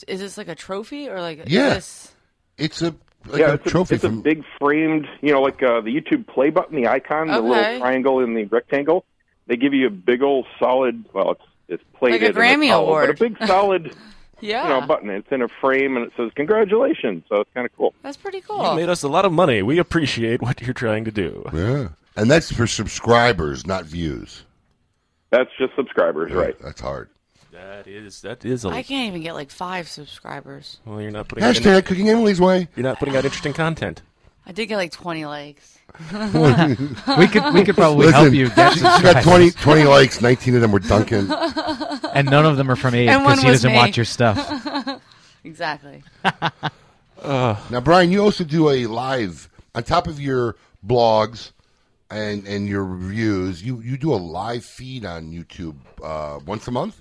E: is this like a trophy or like? is
D: Yeah.
E: this-
D: It's a like
P: yeah,
D: a
P: it's
D: trophy
P: A, it's a big framed, you know, like uh, the YouTube play button, the icon, the
E: Okay.
P: little triangle and the rectangle. They give you a big old solid. Well, it's it's plated and it's
E: Grammy
P: hollow,
E: Award. <laughs>
P: but a big solid,
E: yeah.
P: you know, button. It's in a frame, and it says congratulations. So it's kind of cool.
E: That's pretty
C: You
E: cool.
C: made us a lot of money. We appreciate what you're trying to do.
D: Yeah, and that's for subscribers, not views.
P: That's just subscribers,
D: right? That's hard.
C: That is that is a
E: I can't even get like five subscribers.
C: well. You're not putting out
D: Hashtag
C: in-
D: cooking Emily's way.
C: you're not putting out interesting content.
E: I did get like twenty likes.
F: <laughs> <laughs> We could- we could probably help you get
D: she, she got 20, 20
F: <laughs>
D: likes. Nineteen of them were Duncan.
F: and none of them are from Abe
E: And
F: because
E: one
F: he
E: was
F: doesn't
E: me.
F: watch your stuff.
E: <laughs> exactly.
F: <laughs>
D: now, Brian, you also do a live on top of your blogs and and your reviews. You you do a live feed on YouTube uh, once a month.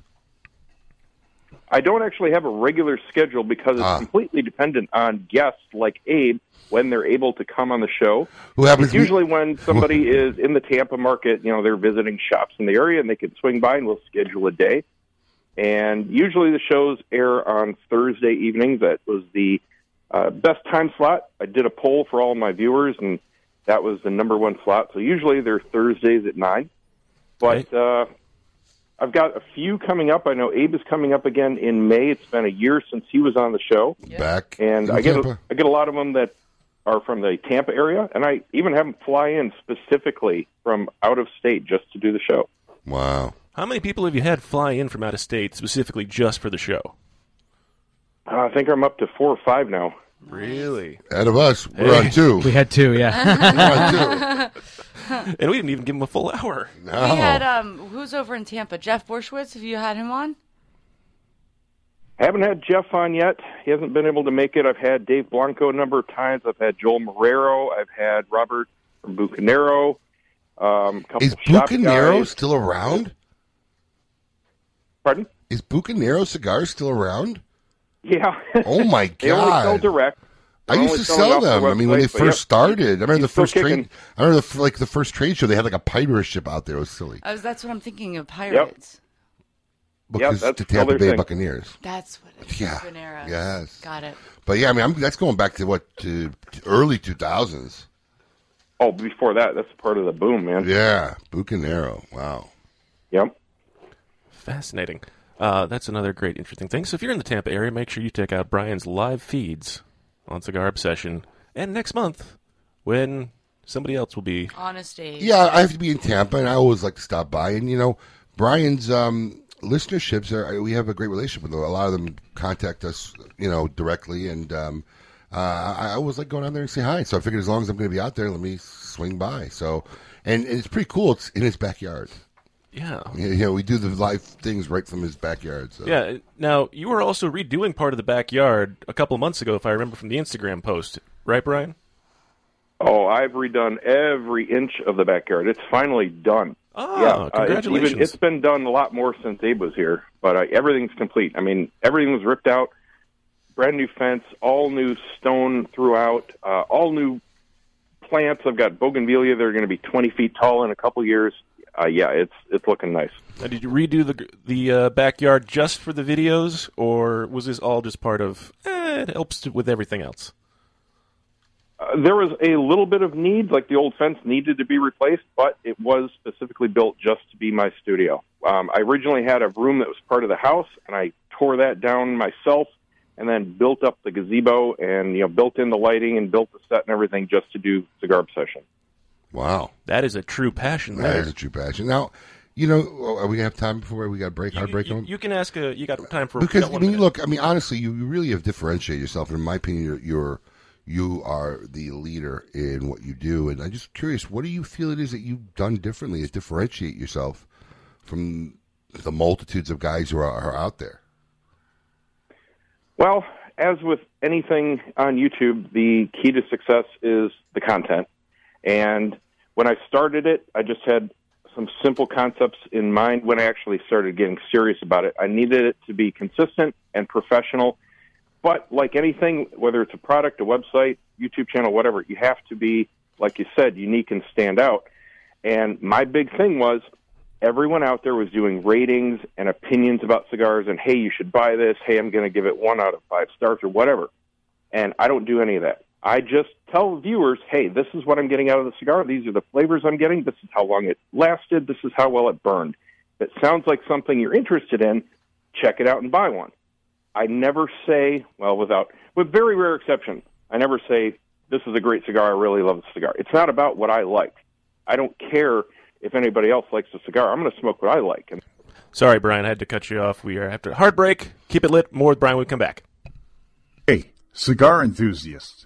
P: I don't actually have a regular schedule because it's
D: Ah.
P: completely dependent on guests like Abe when they're able to come on the show.
D: Who happens
P: It's
D: to be-
P: usually
D: <laughs>
P: when somebody is in the Tampa market, you know, they're visiting shops in the area and they can swing by and we'll schedule a day. And usually the shows air on Thursday evenings. That was the uh, best time slot. I did a poll for all my viewers and that was the number one slot. So usually they're Thursdays at 9. But uh, I've got a few coming up. I know Abe is coming up again in May. It's been a year since he was on the show,
D: Back
P: and
D: in
P: I get
D: Tampa.
P: a, I get a lot of them that are from the Tampa area, and I even have them fly in specifically from out of state just to do the show.
D: Wow.
C: How many people have you had fly in from out of state specifically just for the show?
P: Uh, I think I'm up to four or five now.
C: Really?
D: Out of us, we're on two.
F: We had two,
D: <laughs>
F: yeah.
C: <laughs> and we didn't even give him a full hour.
E: We had
D: Oh.
E: um, who's over in Tampa? Jeff Borschwitz. Have you had him on?
P: Haven't had Jeff on yet. He hasn't been able to make it. I've had Dave Blanco a number of times. I've had Joel Marrero. I've had Robert from Bucanero. Um, a couple
D: Is
P: of shop
D: Bucanero
P: guys.
D: still around?
P: Pardon?
D: Is Bucanero cigars still
P: <laughs>
D: around?
P: Yeah.
D: Oh my
P: They only sell
D: god!
P: direct.
D: I
P: They're
D: used
P: only
D: to
P: selling
D: sell
P: off the
D: them. I mean, when
P: website,
D: they
P: but
D: first
P: yep.
D: started, I remember
P: He's
D: the
P: still
D: first trade.
P: kicking.
D: I remember the, f- like the first trade show. They had like a pirate ship out there. It was silly.
E: I was, that's what I'm thinking of pirates.
D: Because
P: that's
D: the Tampa
P: another
D: Bay
P: thing.
D: Buccaneers.
E: That's what it is.
D: Yeah.
E: Panera.
D: Yes.
E: Got it.
D: But yeah, I mean, I'm, that's going back to what to, to early 2000s.
P: Oh, before that, that's part of the boom, man.
D: Yeah, Bucanero. Wow.
P: Yep.
C: Fascinating. Uh, that's another great interesting thing. So if you're in the Tampa area, make sure you check out Brian's live feeds on Cigar Obsession. And next month, when Somebody else will be.
E: on a stage.
D: Yeah, I have to be in Tampa, and I always like to stop by. And you know, Brian's um, listenerships are we have a great relationship with them. A lot of them contact us, you know, directly, and um, uh, I I always like going out there and say hi. So I figured as long as I'm going to be out there, let me swing by. So, and, and it's pretty cool. It's in his backyard.
C: Yeah.
D: You know, we do the live things right from his backyard. So
C: Yeah. Now you were also redoing part of the backyard a couple months ago, if I remember from the Instagram post, right, Brian?
P: Oh, I've redone every inch of the backyard. It's finally done.
C: Oh,
P: yeah, uh, it's,
C: congratulations.
P: even, it's been done a lot more since Abe was here, but uh, everything's complete. I mean, everything was ripped out, brand new fence, all new stone throughout, uh, all new plants. I've got bougainvillea; they're going to be twenty feet tall in a couple years. Uh, yeah, it's it's looking nice.
C: Now, did you redo the the uh, backyard just for the videos, or was this all just part of? Eh, it helps to- with everything else.
P: Uh, there was a little bit of need, like the old fence needed to be replaced, but it was specifically built just to be my studio. Um, I originally had a room that was part of the house, and I tore that down myself, and then built up the gazebo, and you know, built in the lighting, and built the set and everything just to do cigar obsession.
D: Wow,
C: that is a true passion.
D: that
C: there.
D: is a true passion. Now, you know, are we gonna have time before we got a break? Hard break on
C: You can ask a. You got time for
D: because
C: you got
D: I
C: one
D: mean,
C: minute.
D: look, I mean, honestly, you you really have differentiated yourself. And in my opinion, you're, you're you are the leader in what you do. And I'm just curious, what do you feel it is that you've done differently to differentiate yourself from the multitudes of guys who are, are out there?
P: Well, as with anything on YouTube, the key to success is the content. And when I started it, I just had some simple concepts in mind when I actually started getting serious about it. I needed it to be consistent and professional. But like anything, whether it's a product, a website, YouTube channel, whatever, you have to be, like you said, unique and stand out. And my big thing was everyone out there was doing ratings and opinions about cigars and hey you should buy this hey i'm going to give it one out of five stars or whatever and i don't do any of that i just tell viewers hey this is what i'm getting out of the cigar these are the flavors i'm getting this is how long it lasted this is how well it burned if it sounds like something you're interested in check it out and buy one i never say well without with very rare exception i never say this is a great cigar i really love the cigar it's not about what i like i don't care if anybody else likes a cigar, I'm going to smoke what I like. And
C: Sorry, Brian, I had to cut you off. We are after a hard break. Keep it lit. More with Brian. We come back.
K: Hey, cigar enthusiasts.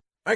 L: I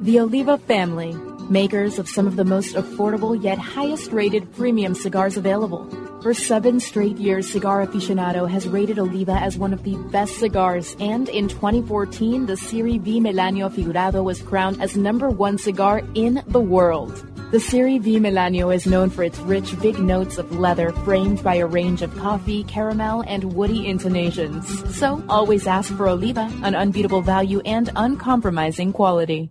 J: The Oliva family, makers of some of the most affordable yet highest rated premium cigars available. For seven straight years, Cigar Aficionado has rated Oliva as one of the best cigars, and in 2014, the Siri V Melanio Figurado was crowned as number one cigar in the world. The Siri V Melanio is known for its rich, big notes of leather framed by a range of coffee, caramel, and woody intonations. So, always ask for Oliva, an unbeatable value and uncompromising quality.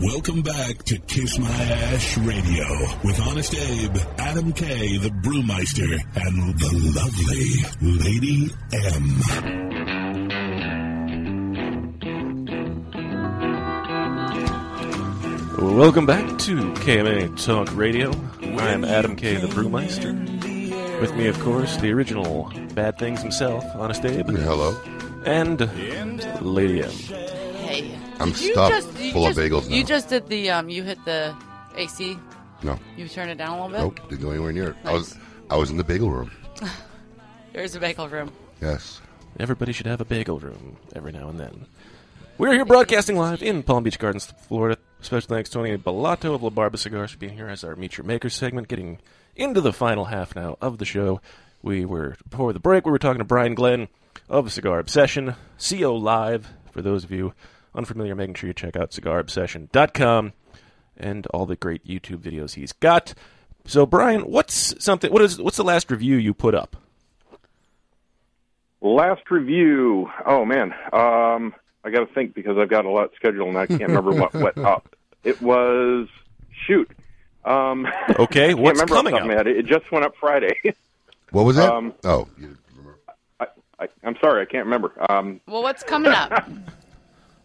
A: Welcome back to Kiss My Ash Radio with Honest Abe, Adam K, the Brewmeister, and the lovely Lady M.
C: Welcome back to KMA Talk Radio. I'm Adam K. the Brewmeister. With me, of course, the original Bad Things himself, Honest Abe.
D: Hello.
C: And Lady M.
E: Hey.
D: I'm
E: Did you
D: stuffed
E: just- you
D: full of
E: just-
D: bagels now.
E: You just did the um. You hit the AC.
D: No.
E: You turned it down a little bit.
D: Nope, didn't go anywhere near it. I was I was in the bagel room.
E: There's a bagel room.
D: Yes.
C: Everybody should have a bagel room every now and then. We're here broadcasting live in Palm Beach Gardens, Florida. Special thanks to Tony Bellotto of La Barba Cigars for being here as our Meet Your Maker segment. Getting into the final half now of the show. We were, before the break, we were talking to Brian Glenn of Cigar Obsession, CO Live. For those of you unfamiliar, making sure you check out cigarobsession.com and all the great YouTube videos he's got. So, Brian, what's something? What is what's the last review you put up?
P: Last review. Oh man, um, I got to think because I've got a lot scheduled and I can't remember what
C: <laughs>
P: went up. It was shoot. Um,
C: <laughs> Okay,
P: I can't
C: what's
P: remember
C: coming
P: off the top of my head. It just went up Friday. <laughs>
D: What was that?
P: Um,
D: oh,
P: I, I, I'm sorry, I can't remember. Um,
E: Well, what's coming
D: <laughs>
E: up?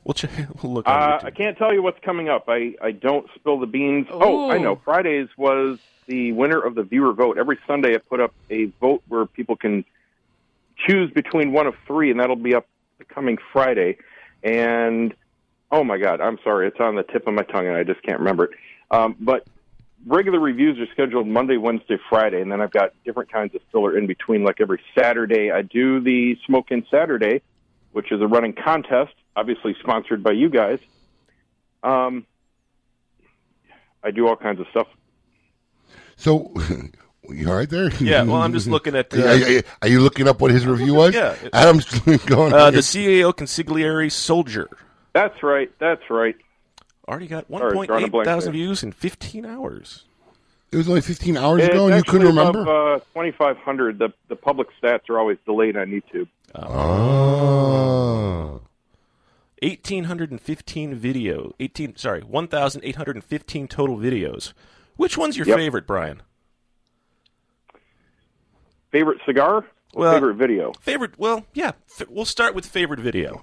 C: We'll, check, <laughs> we'll look.
P: uh, I can't tell you what's coming up. I, I don't spill the beans. Oh, I
E: Ooh.
P: know. Fridays was the winner of the viewer vote. Every Sunday, I put up a vote where people can choose between one of three, and that'll be up the coming Friday. And oh my God, I'm sorry, it's on the tip of my tongue, and I just can't remember it. Um, but regular reviews are scheduled Monday, Wednesday, Friday, and then I've got different kinds of filler in between. Like every Saturday, I do the Smoke In Saturday, which is a running contest, obviously sponsored by you guys. Um, I do all kinds of stuff.
D: so <laughs> you all right there?
C: Yeah, well,
D: <laughs>
C: I'm just looking at, uh,
D: are, you- are you- are you looking up what his review was?
C: Yeah.
D: Adam's <laughs> going.
C: Uh,
D: on
C: the
D: here.
C: CAO Consigliere Soldier.
P: That's right. That's right.
C: Already got
P: Sorry, drawing a
C: 1.8
P: blank
C: thousand
P: there.
C: views in 15 hours.
D: it was only 15 hours
P: It's
D: ago, and you couldn't
P: actually above,
D: remember.
P: uh, 2,500. The, the public stats are always delayed on YouTube.
D: Oh.
C: 1,815 video. 18, sorry, 1,815 total videos. Which one's your
P: Yep.
C: favorite, Brian?
P: Favorite cigar? Or
C: Well-
P: favorite video?
C: Favorite? Well, yeah. F- we'll start with favorite video.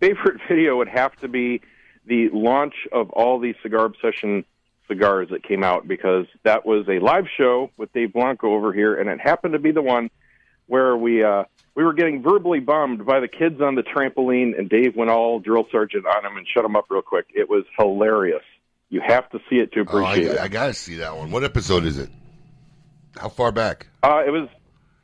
P: favorite <laughs> video would have to be the launch of all the cigar obsession cigars that came out because that was a live show with Dave Blanco over here, and it happened to be the one where we uh, we were getting verbally bummed by the kids on the trampoline, and Dave went all drill sergeant on him and shut him up real quick. It was hilarious. You have to see it to
D: Oh, I,
P: appreciate it.
D: I gotta see that one. What episode is it? How far back?
P: Uh, it was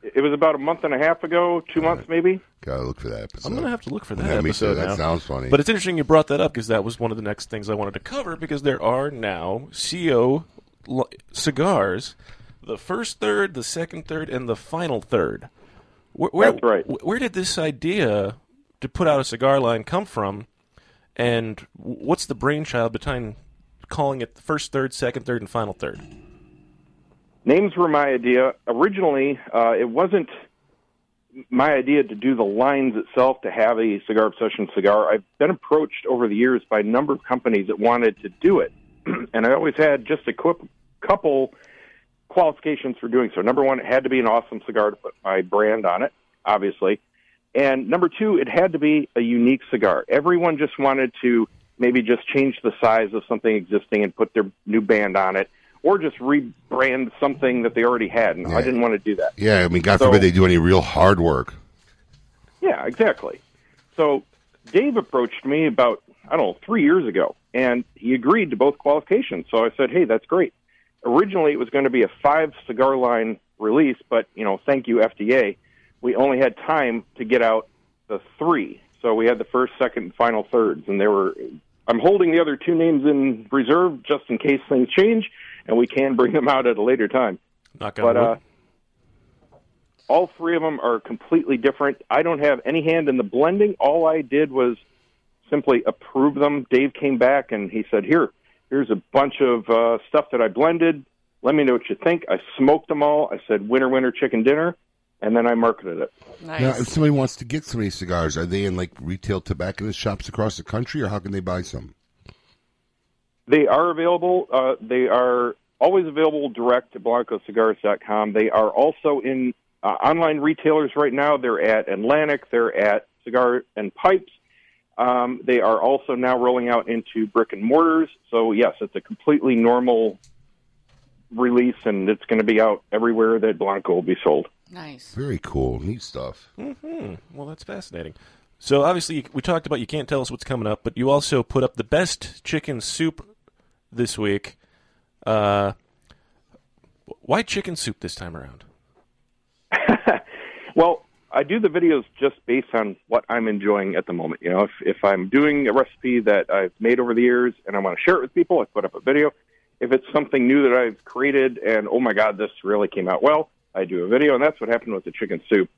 P: It was about a month and a half ago, two months maybe.
D: Gotta look for that episode.
C: I'm gonna have to look for that
D: Yeah, me too.
C: episode.
D: That
C: now.
D: sounds funny.
C: But it's interesting you brought that up because that was one of the next things I wanted to cover because there are now CO li- cigars, the first third, the second third, and the final third. Where, where, That's right. Where did this idea to put out a cigar line come from, and w- what's the brainchild behind calling it the first third, second third, and final third?
P: Names were my idea. Originally, uh, it wasn't my idea to do the lines itself to have a cigar obsession cigar. I've been approached over the years by a number of companies that wanted to do it, <clears throat> and I always had just a quip- couple qualifications for doing so. Number one, it had to be an awesome cigar to put my brand on it, obviously. And number two, it had to be a unique cigar. Everyone just wanted to maybe just change the size of something existing and put their new band on it, or just rebrand something that they already had. And I didn't want to do that.
D: Yeah, I mean, God
P: So-
D: forbid they do any real hard work.
P: Yeah, exactly. So Dave approached me about, I don't know, three years ago, and he agreed to both qualifications. So I said, hey, that's great. Originally, it was going to be a five cigar line release, but, you know, thank you, FDA. We only had time to get out the three. So we had the first, second, and final thirds, and they were. I'm holding the other two names in reserve just in case things change, and we can bring them out at a later time.
C: Knock on
P: But
C: wood.
P: uh, all three of them are completely different. I don't have any hand in the blending. All I did was simply approve them. Dave came back and he said, "Here, here's a bunch of uh, stuff that I blended. Let me know what you think." I smoked them all. I said, "Winner, winner, chicken dinner," and then I marketed it.
D: Now, if somebody wants to get some of these cigars, are they in like retail tobacconist shops across the country, or how can they buy some?
P: They are available. Uh, they are always available direct to blancocigars.com. They are also in uh, online retailers right now. They're at Atlantic. They're at Cigar and Pipes. Um, they are also now rolling out into brick and mortars. So yes, it's a completely normal release, and it's going to be out everywhere that Blanco will be sold.
E: Nice.
D: Very cool, neat stuff.
C: hmm Well, that's fascinating. So obviously, you- we talked about you can't tell us what's coming up, but you also put up the best chicken soup this week. Uh, why chicken soup this
D: <laughs>
C: time around?
P: Well, I do the videos just based on what I'm enjoying at the moment. You know, if, if I'm doing a recipe that I've made over the years and I want to share it with people, I put up a video. If it's something new that I've created and, oh my God, this really came out well, I do a video. And that's what happened with the chicken soup.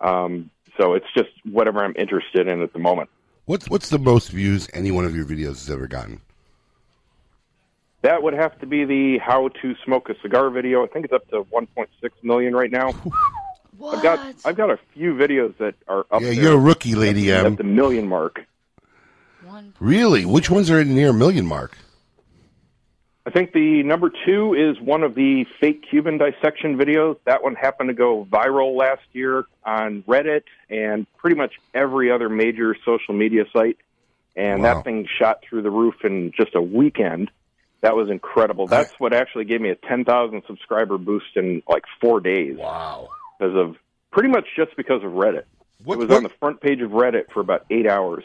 P: Um, so it's just whatever I'm interested in at the moment.
D: What's what's the most views any one of your videos has ever gotten?
P: That would have to be the how to smoke a cigar video. I think it's up to 1.6 million right now. I've got I've got a few videos that are up.
D: Yeah,
P: there
D: you're a rookie, Lady
P: at
D: M.
P: the million mark.
D: Really? Which ones are in near million mark?
P: I think the number two is one of the fake Cuban dissection videos. That one happened to go viral last year on Reddit and pretty much every other major social media site. And
D: Wow.
P: that thing shot through the roof in just a weekend. That was incredible. That's what actually gave me a 10,000 subscriber boost in like four days.
D: Wow.
P: Because of pretty much just because of Reddit. it was on the front page of Reddit for about eight hours.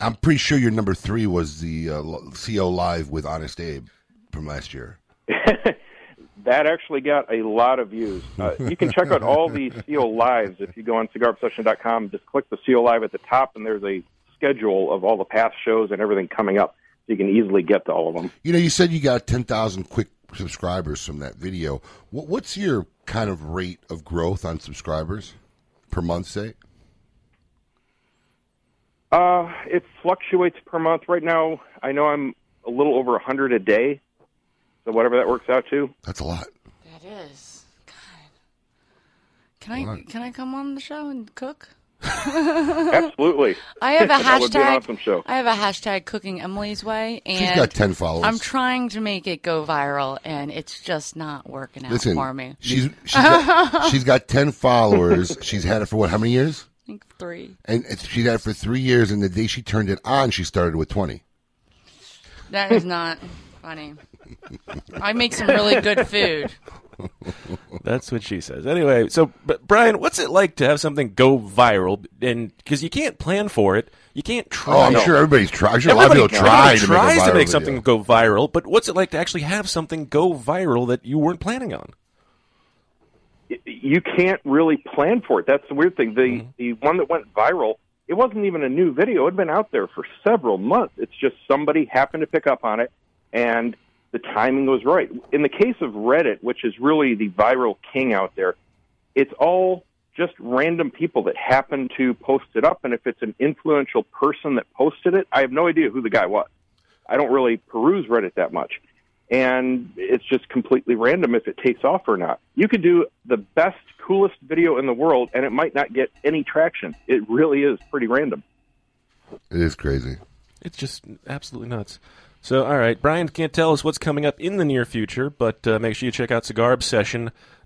D: I'm pretty sure your number three was the uh, L- CO Live with Honest Abe from last year.
P: that actually got a lot of views. Uh, you can check out
D: <laughs>
P: all the Seal Lives if you go on cigarobsession.com. Just click the Seal Live at the top, and there's a schedule of all the past shows and everything coming up. So you can easily get to all of them.
D: You know, you said you got 10,000 quick subscribers from that video. What, what's your kind of rate of growth on subscribers per month, say?
P: Uh, it fluctuates per month. Right now, I know I'm a little over 100 a day. So whatever that works out to.
D: That's a lot.
E: That is. God. Can I
P: Right.
E: can I come on the show
D: <laughs>
E: and cook?
P: Absolutely.
E: I have a
P: that would be an
E: hashtag.
P: awesome show.
E: I have a hashtag cooking Emily's way, and
D: got 10 followers.
E: I'm trying to make it go viral, and it's just not working out
D: Listen,
E: for me. <laughs>
D: she's she's got, she's got 10 followers. She's had it for what, how many years?
E: I think three.
D: And it's, she's had it for three years, and the day she turned it on, she started with 20.
E: That is not funny. I make some really good food.
C: That's what she says. Anyway, so but Brian, what's it like to have something go viral? And because you can't plan for it, you can't try.
D: Oh, I'm sure everybody's try- I'm sure a lot of
C: Everybody-
D: people try
C: everybody
D: to make a
C: tries
D: viral video.
C: something go viral. But what's it like to actually have something go viral that you weren't planning on?
P: y- you can't really plan for it. That's the weird thing. The the one that went viral, it wasn't even a new video. It had been out there for several months. It's just somebody happened to pick up on it, and the timing was right. In the case of Reddit, which is really the viral king out there, it's all just random people that happen to post it up. And if it's an influential person that posted it, I have no idea who the guy was. I don't really peruse Reddit that much. And it's just completely random if it takes off or not. You could do the best, coolest video in the world, and it might not get any traction. It really is pretty random.
D: It is crazy.
C: It's just absolutely nuts. So, all right, Brian can't tell us what's coming up in the near future, but uh, make sure you check out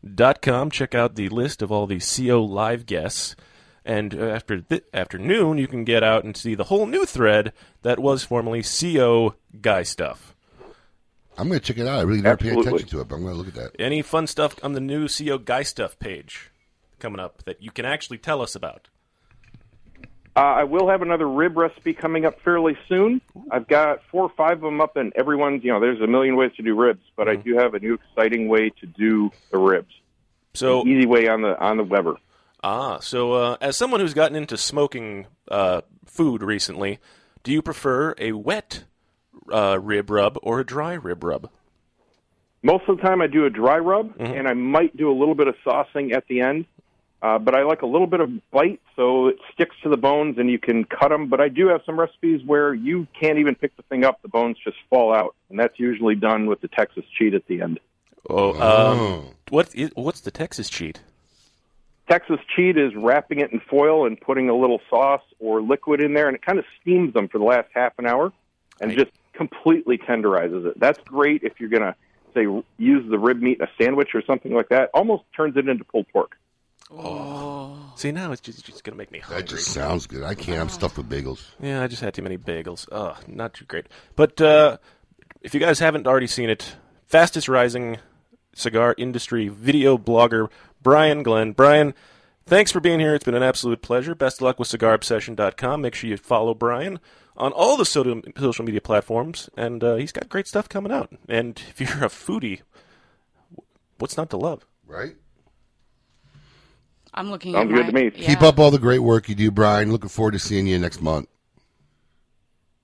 C: cigarobsession.com. Check out the list of all the CO live guests. And uh, after th- afternoon, you can get out and see the whole new thread that was formerly CO guy stuff.
D: I'm going to check it out. I really never paid
C: Absolutely.
D: attention to it, but I'm going to look at that.
C: Any fun stuff on the new CO guy stuff page coming up that you can actually tell us about?
P: Uh, I will have another rib recipe coming up fairly soon. I've got four or five of them up, and everyone's, you know, there's a million ways to do ribs, but I do have a new exciting way to do the ribs.
C: So
P: easy way on the on the Weber.
C: Ah, so uh, as someone who's gotten into smoking uh, food recently, do you prefer a wet uh, rib rub or a dry rib rub?
P: Most of the time, I do a dry rub, and I might do a little bit of saucing at the end. Uh, but I like a little bit of bite, so it sticks to the bones, and you can cut them. But I do have some recipes where you can't even pick the thing up; the bones just fall out, and that's usually done with the Texas cheat at the end.
C: Oh,
P: Oh.
C: um, what is, what's the Texas cheat?
P: Texas cheat is wrapping it in foil and putting a little sauce or liquid in there, and it kind of steams them for the last half an hour and just completely tenderizes it. That's great if you're going to, say, use the rib meat in a sandwich or something like that. Almost turns it into pulled pork.
C: Oh, see now it's just, going to make me hungry.
D: That just sounds good. I can't. I'm stuffed with bagels.
C: Yeah, I just had too many bagels. Ugh, not too great. But uh, if you guys haven't already seen it, fastest rising cigar industry video blogger Brian Glenn. Brian, thanks for being here. It's been an absolute pleasure. Best of luck with CigarObsession.com. Make sure you follow Brian on all the so- social media platforms, and uh, he's got great stuff coming out. And if you're a foodie, what's not to love?
D: Right.
V: I'm looking
C: Sounds
V: at
C: good
V: my- yeah.
D: Keep up all the great work you do, Brian. Looking forward to seeing you next month.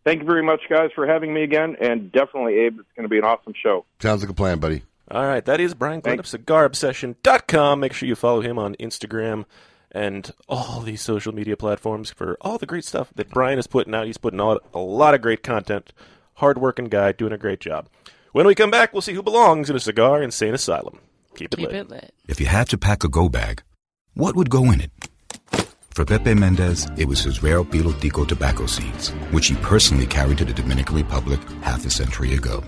P: Thank you very much, guys, for having me again. And definitely, Abe, it's going to be an awesome show.
D: Sounds like a plan, buddy.
C: All right, that is Brian Glenn of CigarObsession.com. Make sure you follow him on Instagram and all these social media platforms for all the great stuff that Brian is putting out. He's putting out a lot of great content. Hardworking guy, doing a great job. When we come back, we'll see who belongs in a cigar insane asylum. Keep it
V: Keep
C: lit.
V: it lit.
O: If you had to pack a go bag, what would go in it? For Pepe Mendez, it was his rare Pilo Tico tobacco seeds, which he personally carried to the Dominican Republic half a century ago.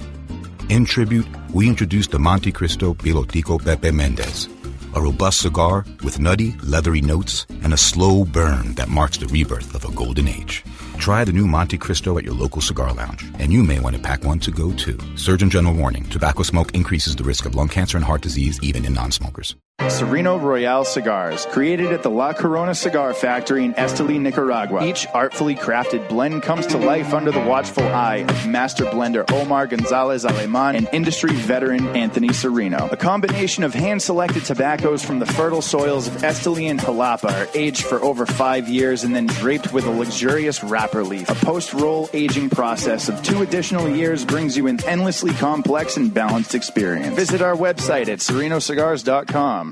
O: In tribute, we introduced the Monte Cristo Pilo Tico Pepe Mendez, a robust cigar with nutty, leathery notes and a slow burn that marks the rebirth of a golden age. Try the new Monte Cristo at your local cigar lounge, and you may want to pack one to go too. Surgeon General warning tobacco smoke increases the risk of lung cancer and heart disease even in non smokers.
I: Sereno Royale cigars, created at the La Corona Cigar Factory in Esteli, Nicaragua. Each artfully crafted blend comes to life under the watchful eye of master blender Omar Gonzalez Aleman and industry veteran Anthony Sereno. A combination of hand selected tobaccos from the fertile soils of Esteli and Jalapa are aged for over five years and then draped with a luxurious wrapper leaf. A post roll aging process of two additional years brings you an endlessly complex and balanced experience. Visit our website at serenocigars.com.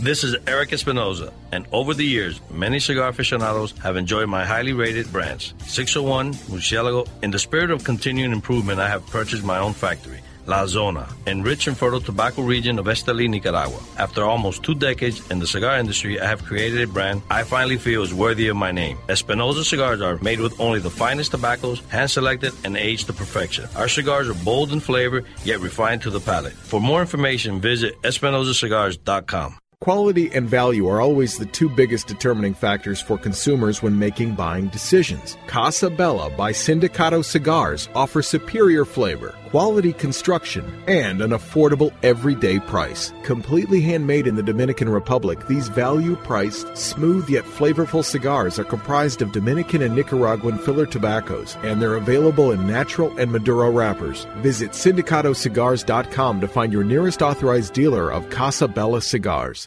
W: This is Eric Espinoza, and over the years, many cigar aficionados have enjoyed my highly rated brands. 601, Murcielago. In the spirit of continuing improvement, I have purchased my own factory, La Zona, in rich and fertile tobacco region of Esteli, Nicaragua. After almost two decades in the cigar industry, I have created a brand I finally feel is worthy of my name. Espinoza cigars are made with only the finest tobaccos, hand selected and aged to perfection. Our cigars are bold in flavor, yet refined to the palate. For more information, visit espinozacigars.com.
L: Quality and value are always the two biggest determining factors for consumers when making buying decisions. Casa Bella by Sindicato Cigars offer superior flavor, quality construction, and an affordable everyday price. Completely handmade in the Dominican Republic, these value priced, smooth yet flavorful cigars are comprised of Dominican and Nicaraguan filler tobaccos, and they're available in natural and Maduro wrappers. Visit sindicatocigars.com to find your nearest authorized dealer of Casa Bella cigars.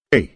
K: Hey,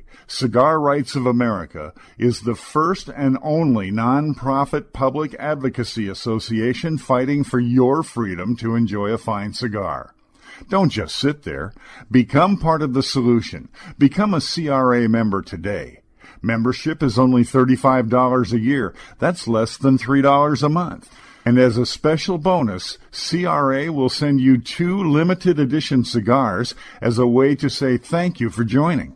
K: Cigar Rights of America, is the first and only nonprofit public advocacy association fighting for your freedom to enjoy a fine cigar. Don't just sit there. Become part of the solution. Become a CRA member today. Membership is only $35 a year. That's less than $3 a month. And as a special bonus, CRA will send you two limited edition cigars as a way to say thank you for joining.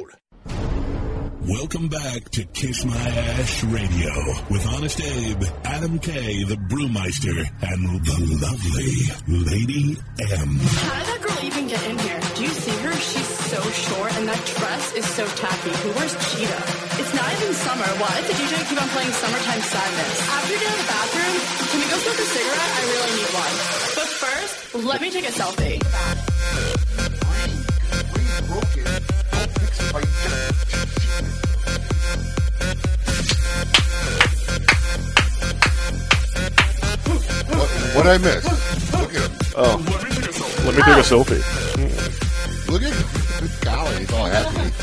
A: Welcome back to Kiss My Ash Radio with Honest Abe, Adam K, the Brewmeister, and the lovely Lady M.
J: How did that girl even get in here? Do you see her? She's so short, and that dress is so tacky. Who wears cheetah? It's not even summer. Why did the DJ keep on playing Summertime Sadness? After you get out of the bathroom, can we go smoke a cigarette? I really need one. But first, let me take a selfie.
D: What I miss? Look at him.
C: Oh, let me take a selfie.
D: Look at him. Golly, he's all happy.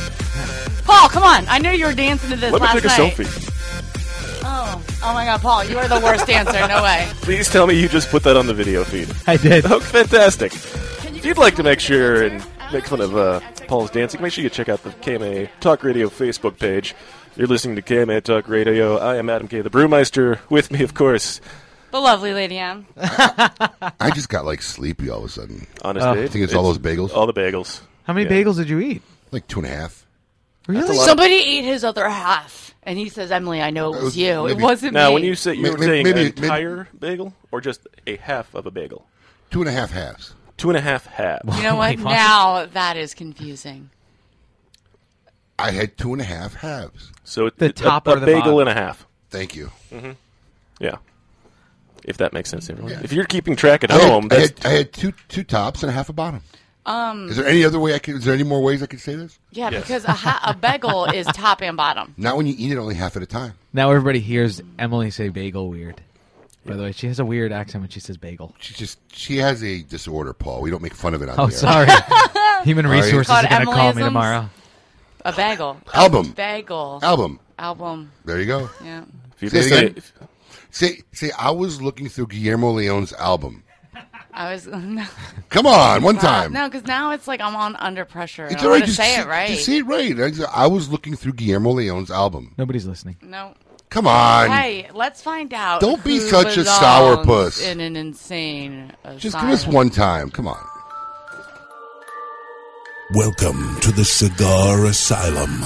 E: Paul, come on. I knew you were dancing to this
C: Let me
E: last
C: take a
E: night.
C: selfie.
E: Oh, oh my God, Paul, you are the worst dancer. No way.
C: Please tell me you just put that on the video feed.
F: I did.
C: <laughs> Oh, fantastic. If you'd like to make sure and make fun of uh, Paul's dancing, make sure you check out the KMA Talk Radio Facebook page. You're listening to KMA Talk Radio. I am Adam K. the Brewmeister. With me, of course,
E: The lovely Lady M.
D: I just got like sleepy all of a sudden.
C: <laughs> Honest
D: I
C: Abe.
D: think it's all those bagels.
C: All the bagels.
F: How many
C: Yeah.
F: bagels did Uh, you eat?
D: Like two and a half.
F: Really?
E: Somebody ate his other half. And he says, Emily, I know it was you. It wasn't
C: now,
E: me.
C: when you say you
D: May-
C: were
D: may-
C: saying
D: maybe-
C: an
D: maybe-
C: entire bagel or just a half of a bagel?
D: Two and a half halves.
C: Two and a half halves.
E: You
C: <laughs>
F: <laughs>
E: know what? Now that is confusing.
D: I had two and a half halves.
C: So The it- a- top a or the bagel bottom? and a half.
D: Thank you.
C: Mm-hmm. Yeah. If that makes sense, everyone.
D: Yeah.
C: If you're keeping track at
D: I had-
C: home,
D: I
C: that's
D: had, I had two two tops and a half a bottom.
E: Um,
D: Is there any other way I could? Is there any more ways I could say this?
E: Yeah, because a, ha- a
C: <laughs>
E: bagel is top and bottom.
D: Not when you eat it only half at a time.
F: Now everybody hears Emily say bagel weird. By the way, she has a weird accent when she says bagel.
D: She just she has a disorder, Paul. We don't make fun of it on
F: Oh,
D: the air.
F: sorry.
E: <laughs>
F: Human
D: All right.
F: resources
E: Called
F: are going to call me
E: Emilyisms.
F: tomorrow.
E: A bagel.
D: Album.
E: Bagel.
D: Album.
E: Album.
D: There you go.
E: Yeah.
C: If you
D: say, it
C: listen-
D: again. say say I was looking through Guillermo Leone's album.
E: I was. <laughs> No.
D: Come on, one
E: Wow.
D: time.
E: Uh, No, because now it's like I'm on under pressure.
D: It's
E: I
D: all right.
E: want to
D: Just
E: say
D: say-
E: it right.
D: just say it right. I, I was looking through Guillermo Leone's album.
F: Nobody's listening.
E: No.
D: Come on.
E: Hey, let's find out.
D: Don't be
E: who
D: such a
E: belongs
D: sourpuss.
E: In an insane. Asylum.
D: Just give us one time. Come on.
A: Welcome to the Cigar Asylum,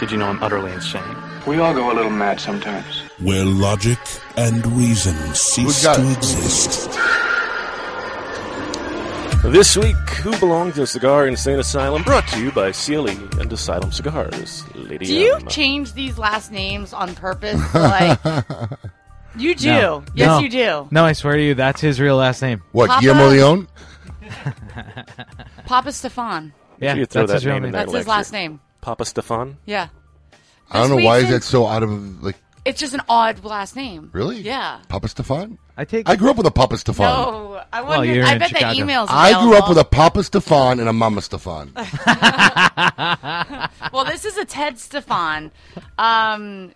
X: Did you know I'm utterly insane? We all go a little mad sometimes.
A: where logic and reason cease to exist.
C: This week, who belongs in Cigar Insane Asylum? Brought to you by CLE and Asylum Cigars. Lady
E: Do you
C: M.
E: change these last names
D: <laughs>
E: on purpose? Like you do.
F: No.
E: Yes,
F: No.
E: you do.
F: No, I swear to you, that's his real last name.
E: What, Papa? Guillermo Leone? Papa Stefan.
F: Yeah,
C: you throw
F: that's his
C: that name
F: real
C: in
F: name.
C: there
E: That's his
C: next
E: last
C: year.
E: name.
C: Papa Stefan.
E: Yeah.
D: I don't know why is
E: Sweetson?
D: that so out of like
E: It's just an odd last name.
D: really?
E: Yeah.
D: Papa Stefan.
F: I take.
D: I grew up with a Papa Stefan.
E: No, I wonder. I bet that emails.
D: I grew up with
E: available.
D: a Papa Stefan and a Mama
E: <laughs>
D: Stefan.
E: well, this is a Ted Stefan. Um,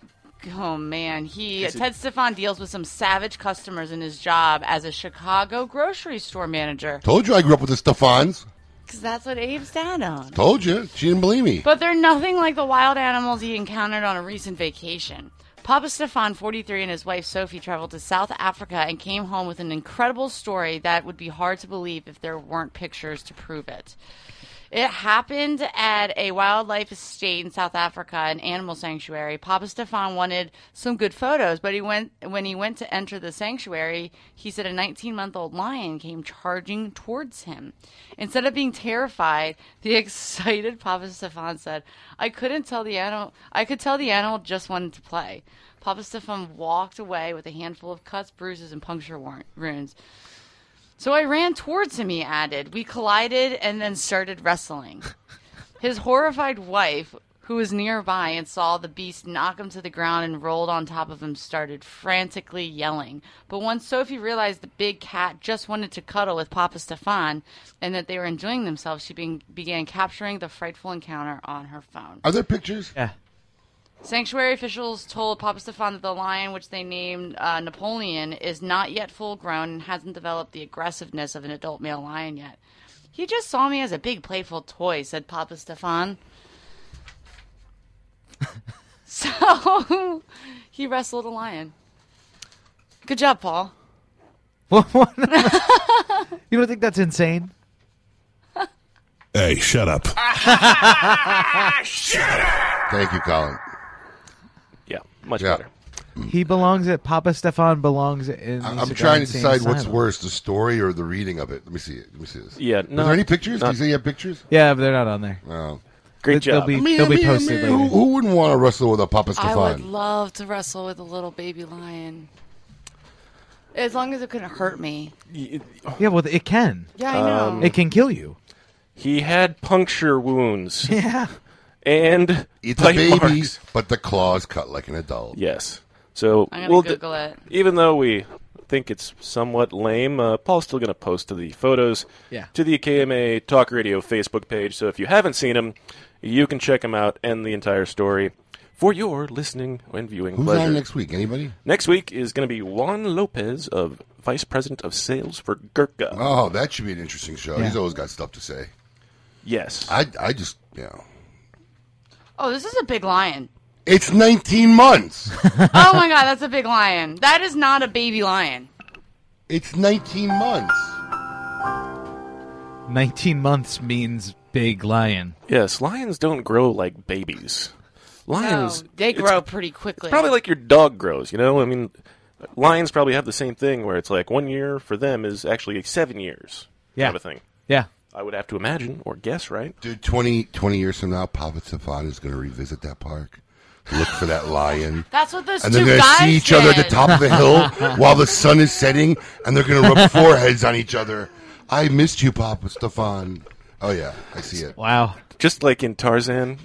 E: oh man, he
D: Is it-
E: Ted Stefan deals with some savage customers in his job as a Chicago grocery store manager
D: Told you I grew up with the Stefans.
E: because that's what Abe's dad owned.
D: Told you. She didn't believe me.
E: But they're nothing like the wild animals he encountered on a recent vacation. Papa Stefan, 43, and his wife Sophie traveled to South Africa and came home with an incredible story that would be hard to believe if there weren't pictures to prove it. It happened at a wildlife estate in South Africa, an animal sanctuary. Papa Stefan wanted some good photos, but he went when he went to enter the sanctuary, he said a 19-month-old lion came charging towards him. Instead of being terrified, the <laughs> excited Papa Stefan said, "I couldn't tell the animal. I could tell the animal just wanted to play." Papa Stefan walked away with a handful of cuts, bruises, and puncture warrant- wounds. So I ran towards him, he added. We collided and then started wrestling. <laughs> His horrified wife, who was nearby and saw the beast knock him to the ground and rolled on top of him, started frantically yelling. But once Sophie realized the big cat just wanted to cuddle with Papa Stefan and that they were enjoying themselves, she be- began capturing the frightful encounter on her phone.
D: Are there pictures?
F: Yeah.
E: Sanctuary officials told Papa Stefan that the lion, which they named uh, Napoleon, is not yet full grown and hasn't developed the aggressiveness of an adult male lion yet. He just saw me as a big, playful toy, said Papa <laughs> Stefan. so <laughs> he wrestled a lion. Good job, Paul.
F: What- what? you don't think that's
E: <laughs>
F: insane?
Y: Hey, shut up.
D: Thank you, Colin.
C: Yeah, much
D: better.
F: He belongs at Papa Stefan belongs in. the
D: I- I'm
F: Cigar
D: trying to
F: Insane
D: decide what's
F: Asylum.
D: worse, the story or the reading of it. Let me see it. Let me see this.
C: Yeah,
D: Were
C: no,
D: there any pictures? oh.
C: not-
D: Do you say you have pictures?
F: Yeah, but they're not on there.
D: No.
C: Great
F: They'll job. be- they'll be posted
D: Who,
F: later.
D: who wouldn't want to wrestle with a Papa
E: I would
D: Stefan?
E: love to wrestle with a little baby lion. As long as it couldn't hurt me.
D: Oh.
F: Yeah, well, it can.
E: Yeah, I know.
D: Um,
F: it can kill you.
C: Um, He had puncture
F: <laughs>
C: wounds. Yeah. And
D: It's a
C: bite
D: baby,
C: marks.
D: but the claws cut like an adult.
C: Yes. So
E: I'm gonna
C: we'll
E: Google it.
C: Even though we think it's somewhat lame, uh, Paul's still going to post to the photos
F: Yeah.
C: to the KMA Talk Radio Facebook page. So if you haven't seen them, you can check them out and the entire story for your listening and viewing
D: Who's
C: pleasure.
D: on next week? Anybody?
C: Next week is going to be Juan Lopez of Vice President of Sales for Gurkha.
D: Oh, that should be an interesting show.
C: Yeah.
D: He's always got stuff to say.
C: Yes.
D: I, I just, you know.
E: Oh, this is a big lion.
D: It's 19 months.
E: <laughs> oh my god, that's a big lion. That is not a baby lion.
D: It's 19 months.
F: Nineteen months means big lion.
C: Yes, lions don't grow like babies. Lions
E: No, they
C: it's-
E: grow pretty quickly.
C: Probably like your dog grows, you know? I mean, lions probably have the same thing where it's like one year for them is actually seven years
F: Yeah.
C: kind of a thing.
F: Yeah.
C: I would have to imagine or guess, right?
D: Dude, 20, 20 years from now, Papa Stefan is going to revisit that park, look for that lion.
E: <laughs> That's what those
D: And they're
E: two
D: gonna
E: guys
D: see each other at the
E: did.
D: top of the hill
E: <laughs>
D: while the sun is setting, and they're going to rub foreheads on each other. I missed you, Papa Stefan. Oh, yeah, I see it.
F: Wow.
C: Just like
D: <laughs>
C: in Tarzan.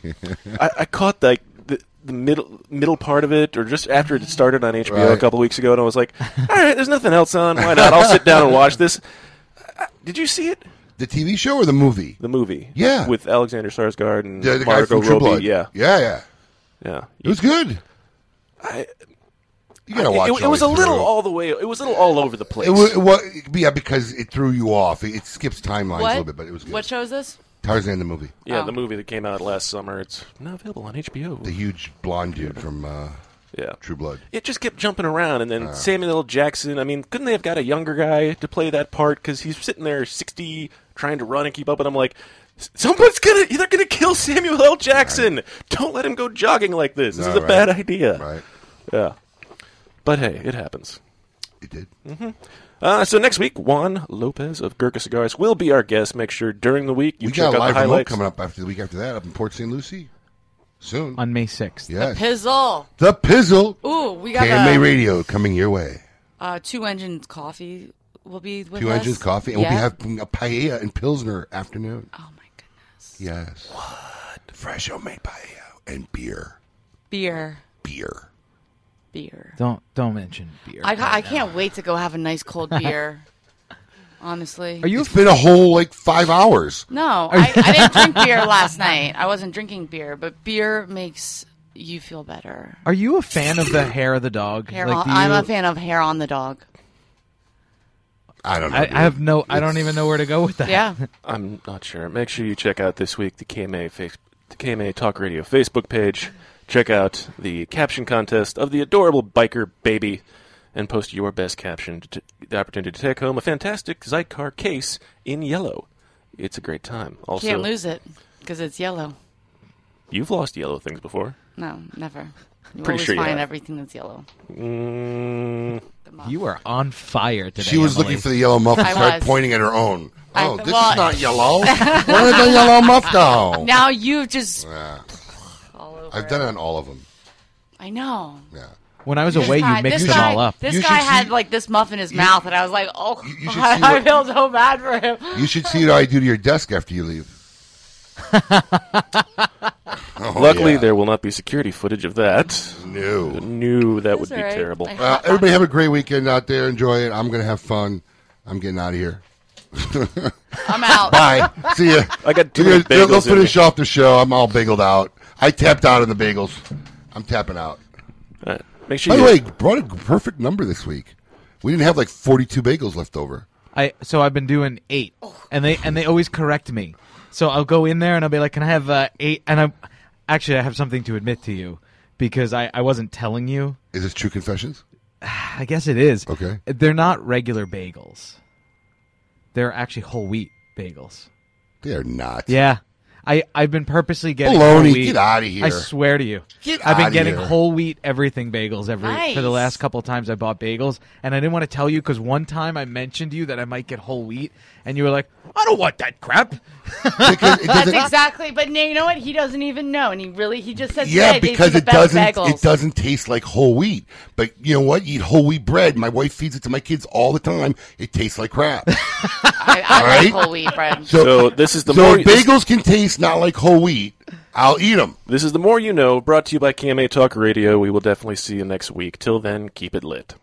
C: I, I caught like the, the middle middle part of it, or just after it started on HBO a
D: Right.
C: couple weeks ago, and I was like, <laughs> all right, there's nothing else on. Why not? I'll sit down and watch this. Uh, Did you see it?
D: The TV show or the movie?
C: The movie.
D: Yeah.
C: With Alexander Sarsgaard and
D: Yeah, the guy
C: Margot
D: from True
C: Robbie.
D: Blood.
C: Yeah.
D: Yeah, yeah.
C: Yeah.
D: It was good.
C: I,
D: you gotta watch.
C: It, it,
D: all
C: was
D: the
C: a
D: way
C: little
D: through.
C: all the way. It was a little all over the place.
D: It was, it wa- yeah, because it threw you off. It, it skips timelines a
E: what?
D: little bit, but it was good.
E: What show is this?
D: Tarzan the movie.
C: yeah,
E: Oh.
C: the movie that came out last summer. It's not available on HBO.
D: The huge blonde dude from uh,
C: yeah.
D: True Blood.
C: It just kept jumping around, and then
D: Uh.
C: Samuel L. Jackson. I mean, couldn't they have got a younger guy to play that part? Because he's sitting there, sixty, trying to run and keep up, and I'm like, "S- someone's gonna, they're gonna kill Samuel L. Jackson. Don't let him go jogging like this. This
D: No,
C: is a
D: right.
C: bad idea.
D: Right.
C: Yeah. But hey, it happens.
D: It did.
E: Mm-hmm.
C: hmm Uh, so next week, Juan Lopez of Gurkha Cigars will be our guest. Make sure during the week you
D: we
C: check
D: got a
C: out the
D: live remote
C: highlights.
D: coming up after the week after that up in Port St. Lucie soon
F: on May sixth.
D: Yes,
E: Pizzle.
D: the Pizzle.
E: Ooh, we got
D: KMA
E: a-
D: Radio coming your way.
E: Uh, Two Engines Coffee will be with
D: Two
E: us.
D: Engines Coffee, and
E: yeah.
D: we'll be having a paella and pilsner afternoon. Oh my Yes. What? Fresho made paella and beer.
E: Beer.
D: Beer.
E: Beer.
F: Don't don't mention beer.
E: I, ca- I can't wait to go have a nice
D: <laughs>
E: cold beer. Honestly.
D: It's been a whole like five hours. <laughs>
E: No, I, I didn't drink beer last night. I wasn't drinking beer, but beer makes you feel better.
F: Are you a fan of the hair of the dog?
E: Hair
F: Like,
E: on,
F: do you-
E: I'm a fan of hair on the dog.
D: I don't
F: know, I- I dude. have no- I don't
M: It's-
F: even know where to go with that.
E: Yeah.
M: I'm not sure. Make sure you check out this week the KMA face, the KMA Talk Radio Facebook page. Check out the caption contest of the adorable biker baby, and post your best caption. To t- the opportunity to take home a fantastic Zycar case in yellow. It's a great time. Also,
E: Can't lose it because it's yellow.
M: you've lost yellow things before.
E: No, never. You
M: Pretty
E: always
M: sure you
E: find
M: have.
E: everything that's yellow.
M: Mm.
F: You are on fire today.
D: She was
F: Emily.
D: looking for the yellow muff and
E: <laughs> I
D: started
E: was.
D: pointing at her own.
E: I-
D: Oh, this
E: well-
D: is not
E: <laughs>
D: yellow. Where is the yellow muff now?
E: Now you've just.
D: Yeah. I've done it on all of them.
E: I know.
D: Yeah.
F: When I was
E: This
F: away,
E: guy-
F: you mixed
E: this
F: them
E: guy-
F: all up.
E: This
D: You
E: guy
D: should
E: had like this muff in his mouth, and I was like, "Oh, <laughs>
D: should
E: God,
D: see
E: I
D: what-
E: feel so bad for him."
D: You should see what I do to your desk after you
F: <laughs>
D: leave. Oh,
M: Luckily,
D: yeah.
M: there will not be security footage of that.
D: No,
M: no, that would
D: That's
M: be
D: all right.
M: terrible.
D: Well, everybody have a great weekend out there. Enjoy it. I'm going to have fun. I'm getting out of <laughs> here.
E: I'm out.
D: Bye. See ya.
M: I got too
D: See ya.
M: many bagels
D: They'll
M: in
D: finish off the show. I'm all bageled out. I tapped out on the bagels. I'm tapping out.
M: Make
F: sure
D: By
F: you-
D: the way, brought a perfect number this week. We didn't have like 42 bagels left over.
F: I so I've been doing eight, and they and they always correct me. So I'll go in there and I'll be like, "Can I have uh, eight? And I'm actually I have something to admit to you because I I wasn't telling you.
D: Is this true confessions?
F: I guess it is.
D: Okay.
F: They're not regular bagels. They're actually whole wheat bagels.
D: They're not.
F: Yeah. I, I've been purposely getting
D: Baloney.
F: whole wheat.
D: Get outta here.
F: I swear to you.
D: Get
F: I've been
D: outta
F: getting
D: here.
F: whole wheat everything bagels every for
D: Nice.
F: the last couple of times I bought bagels and I didn't want to tell you cuz one time I mentioned to you that I might get whole wheat and you were like, "I don't want that crap."
E: That's exactly. But now you know what? He doesn't even know, and he really he just says,
D: Yeah,
E: "Hey, these
D: because
E: are the
D: it
E: best
D: doesn't
E: bagels."
D: it doesn't taste like whole wheat. But you know what? You eat whole wheat bread. My wife feeds it to my kids all the time. It tastes
M: <laughs>
D: like crap.
E: I, I
D: All right.
E: like whole wheat bread.
D: So,
M: So this is the
D: so
M: more-
D: if bagels can taste not like whole wheat. I'll eat them.
M: This is the more you know. Brought to you by KMA Talk Radio. We will definitely see you next week. Till then, keep it lit.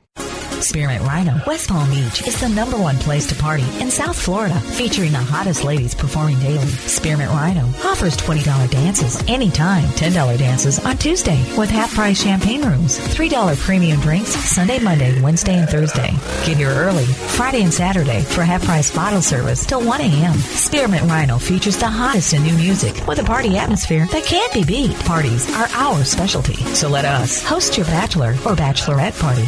G: Spearmint Rhino, West Palm Beach is the number one place to party in South Florida, featuring the hottest ladies performing daily. Spearmint Rhino offers $20 dances anytime, $10 dances on Tuesday with half price champagne rooms, $3 premium drinks Sunday, Monday, Wednesday, and Thursday. Get here early Friday and Saturday for half price bottle service till 1 a.m. Spearmint Rhino features the hottest in new music with a party atmosphere that can't be beat. Parties are our specialty, so let us host your bachelor or bachelorette party.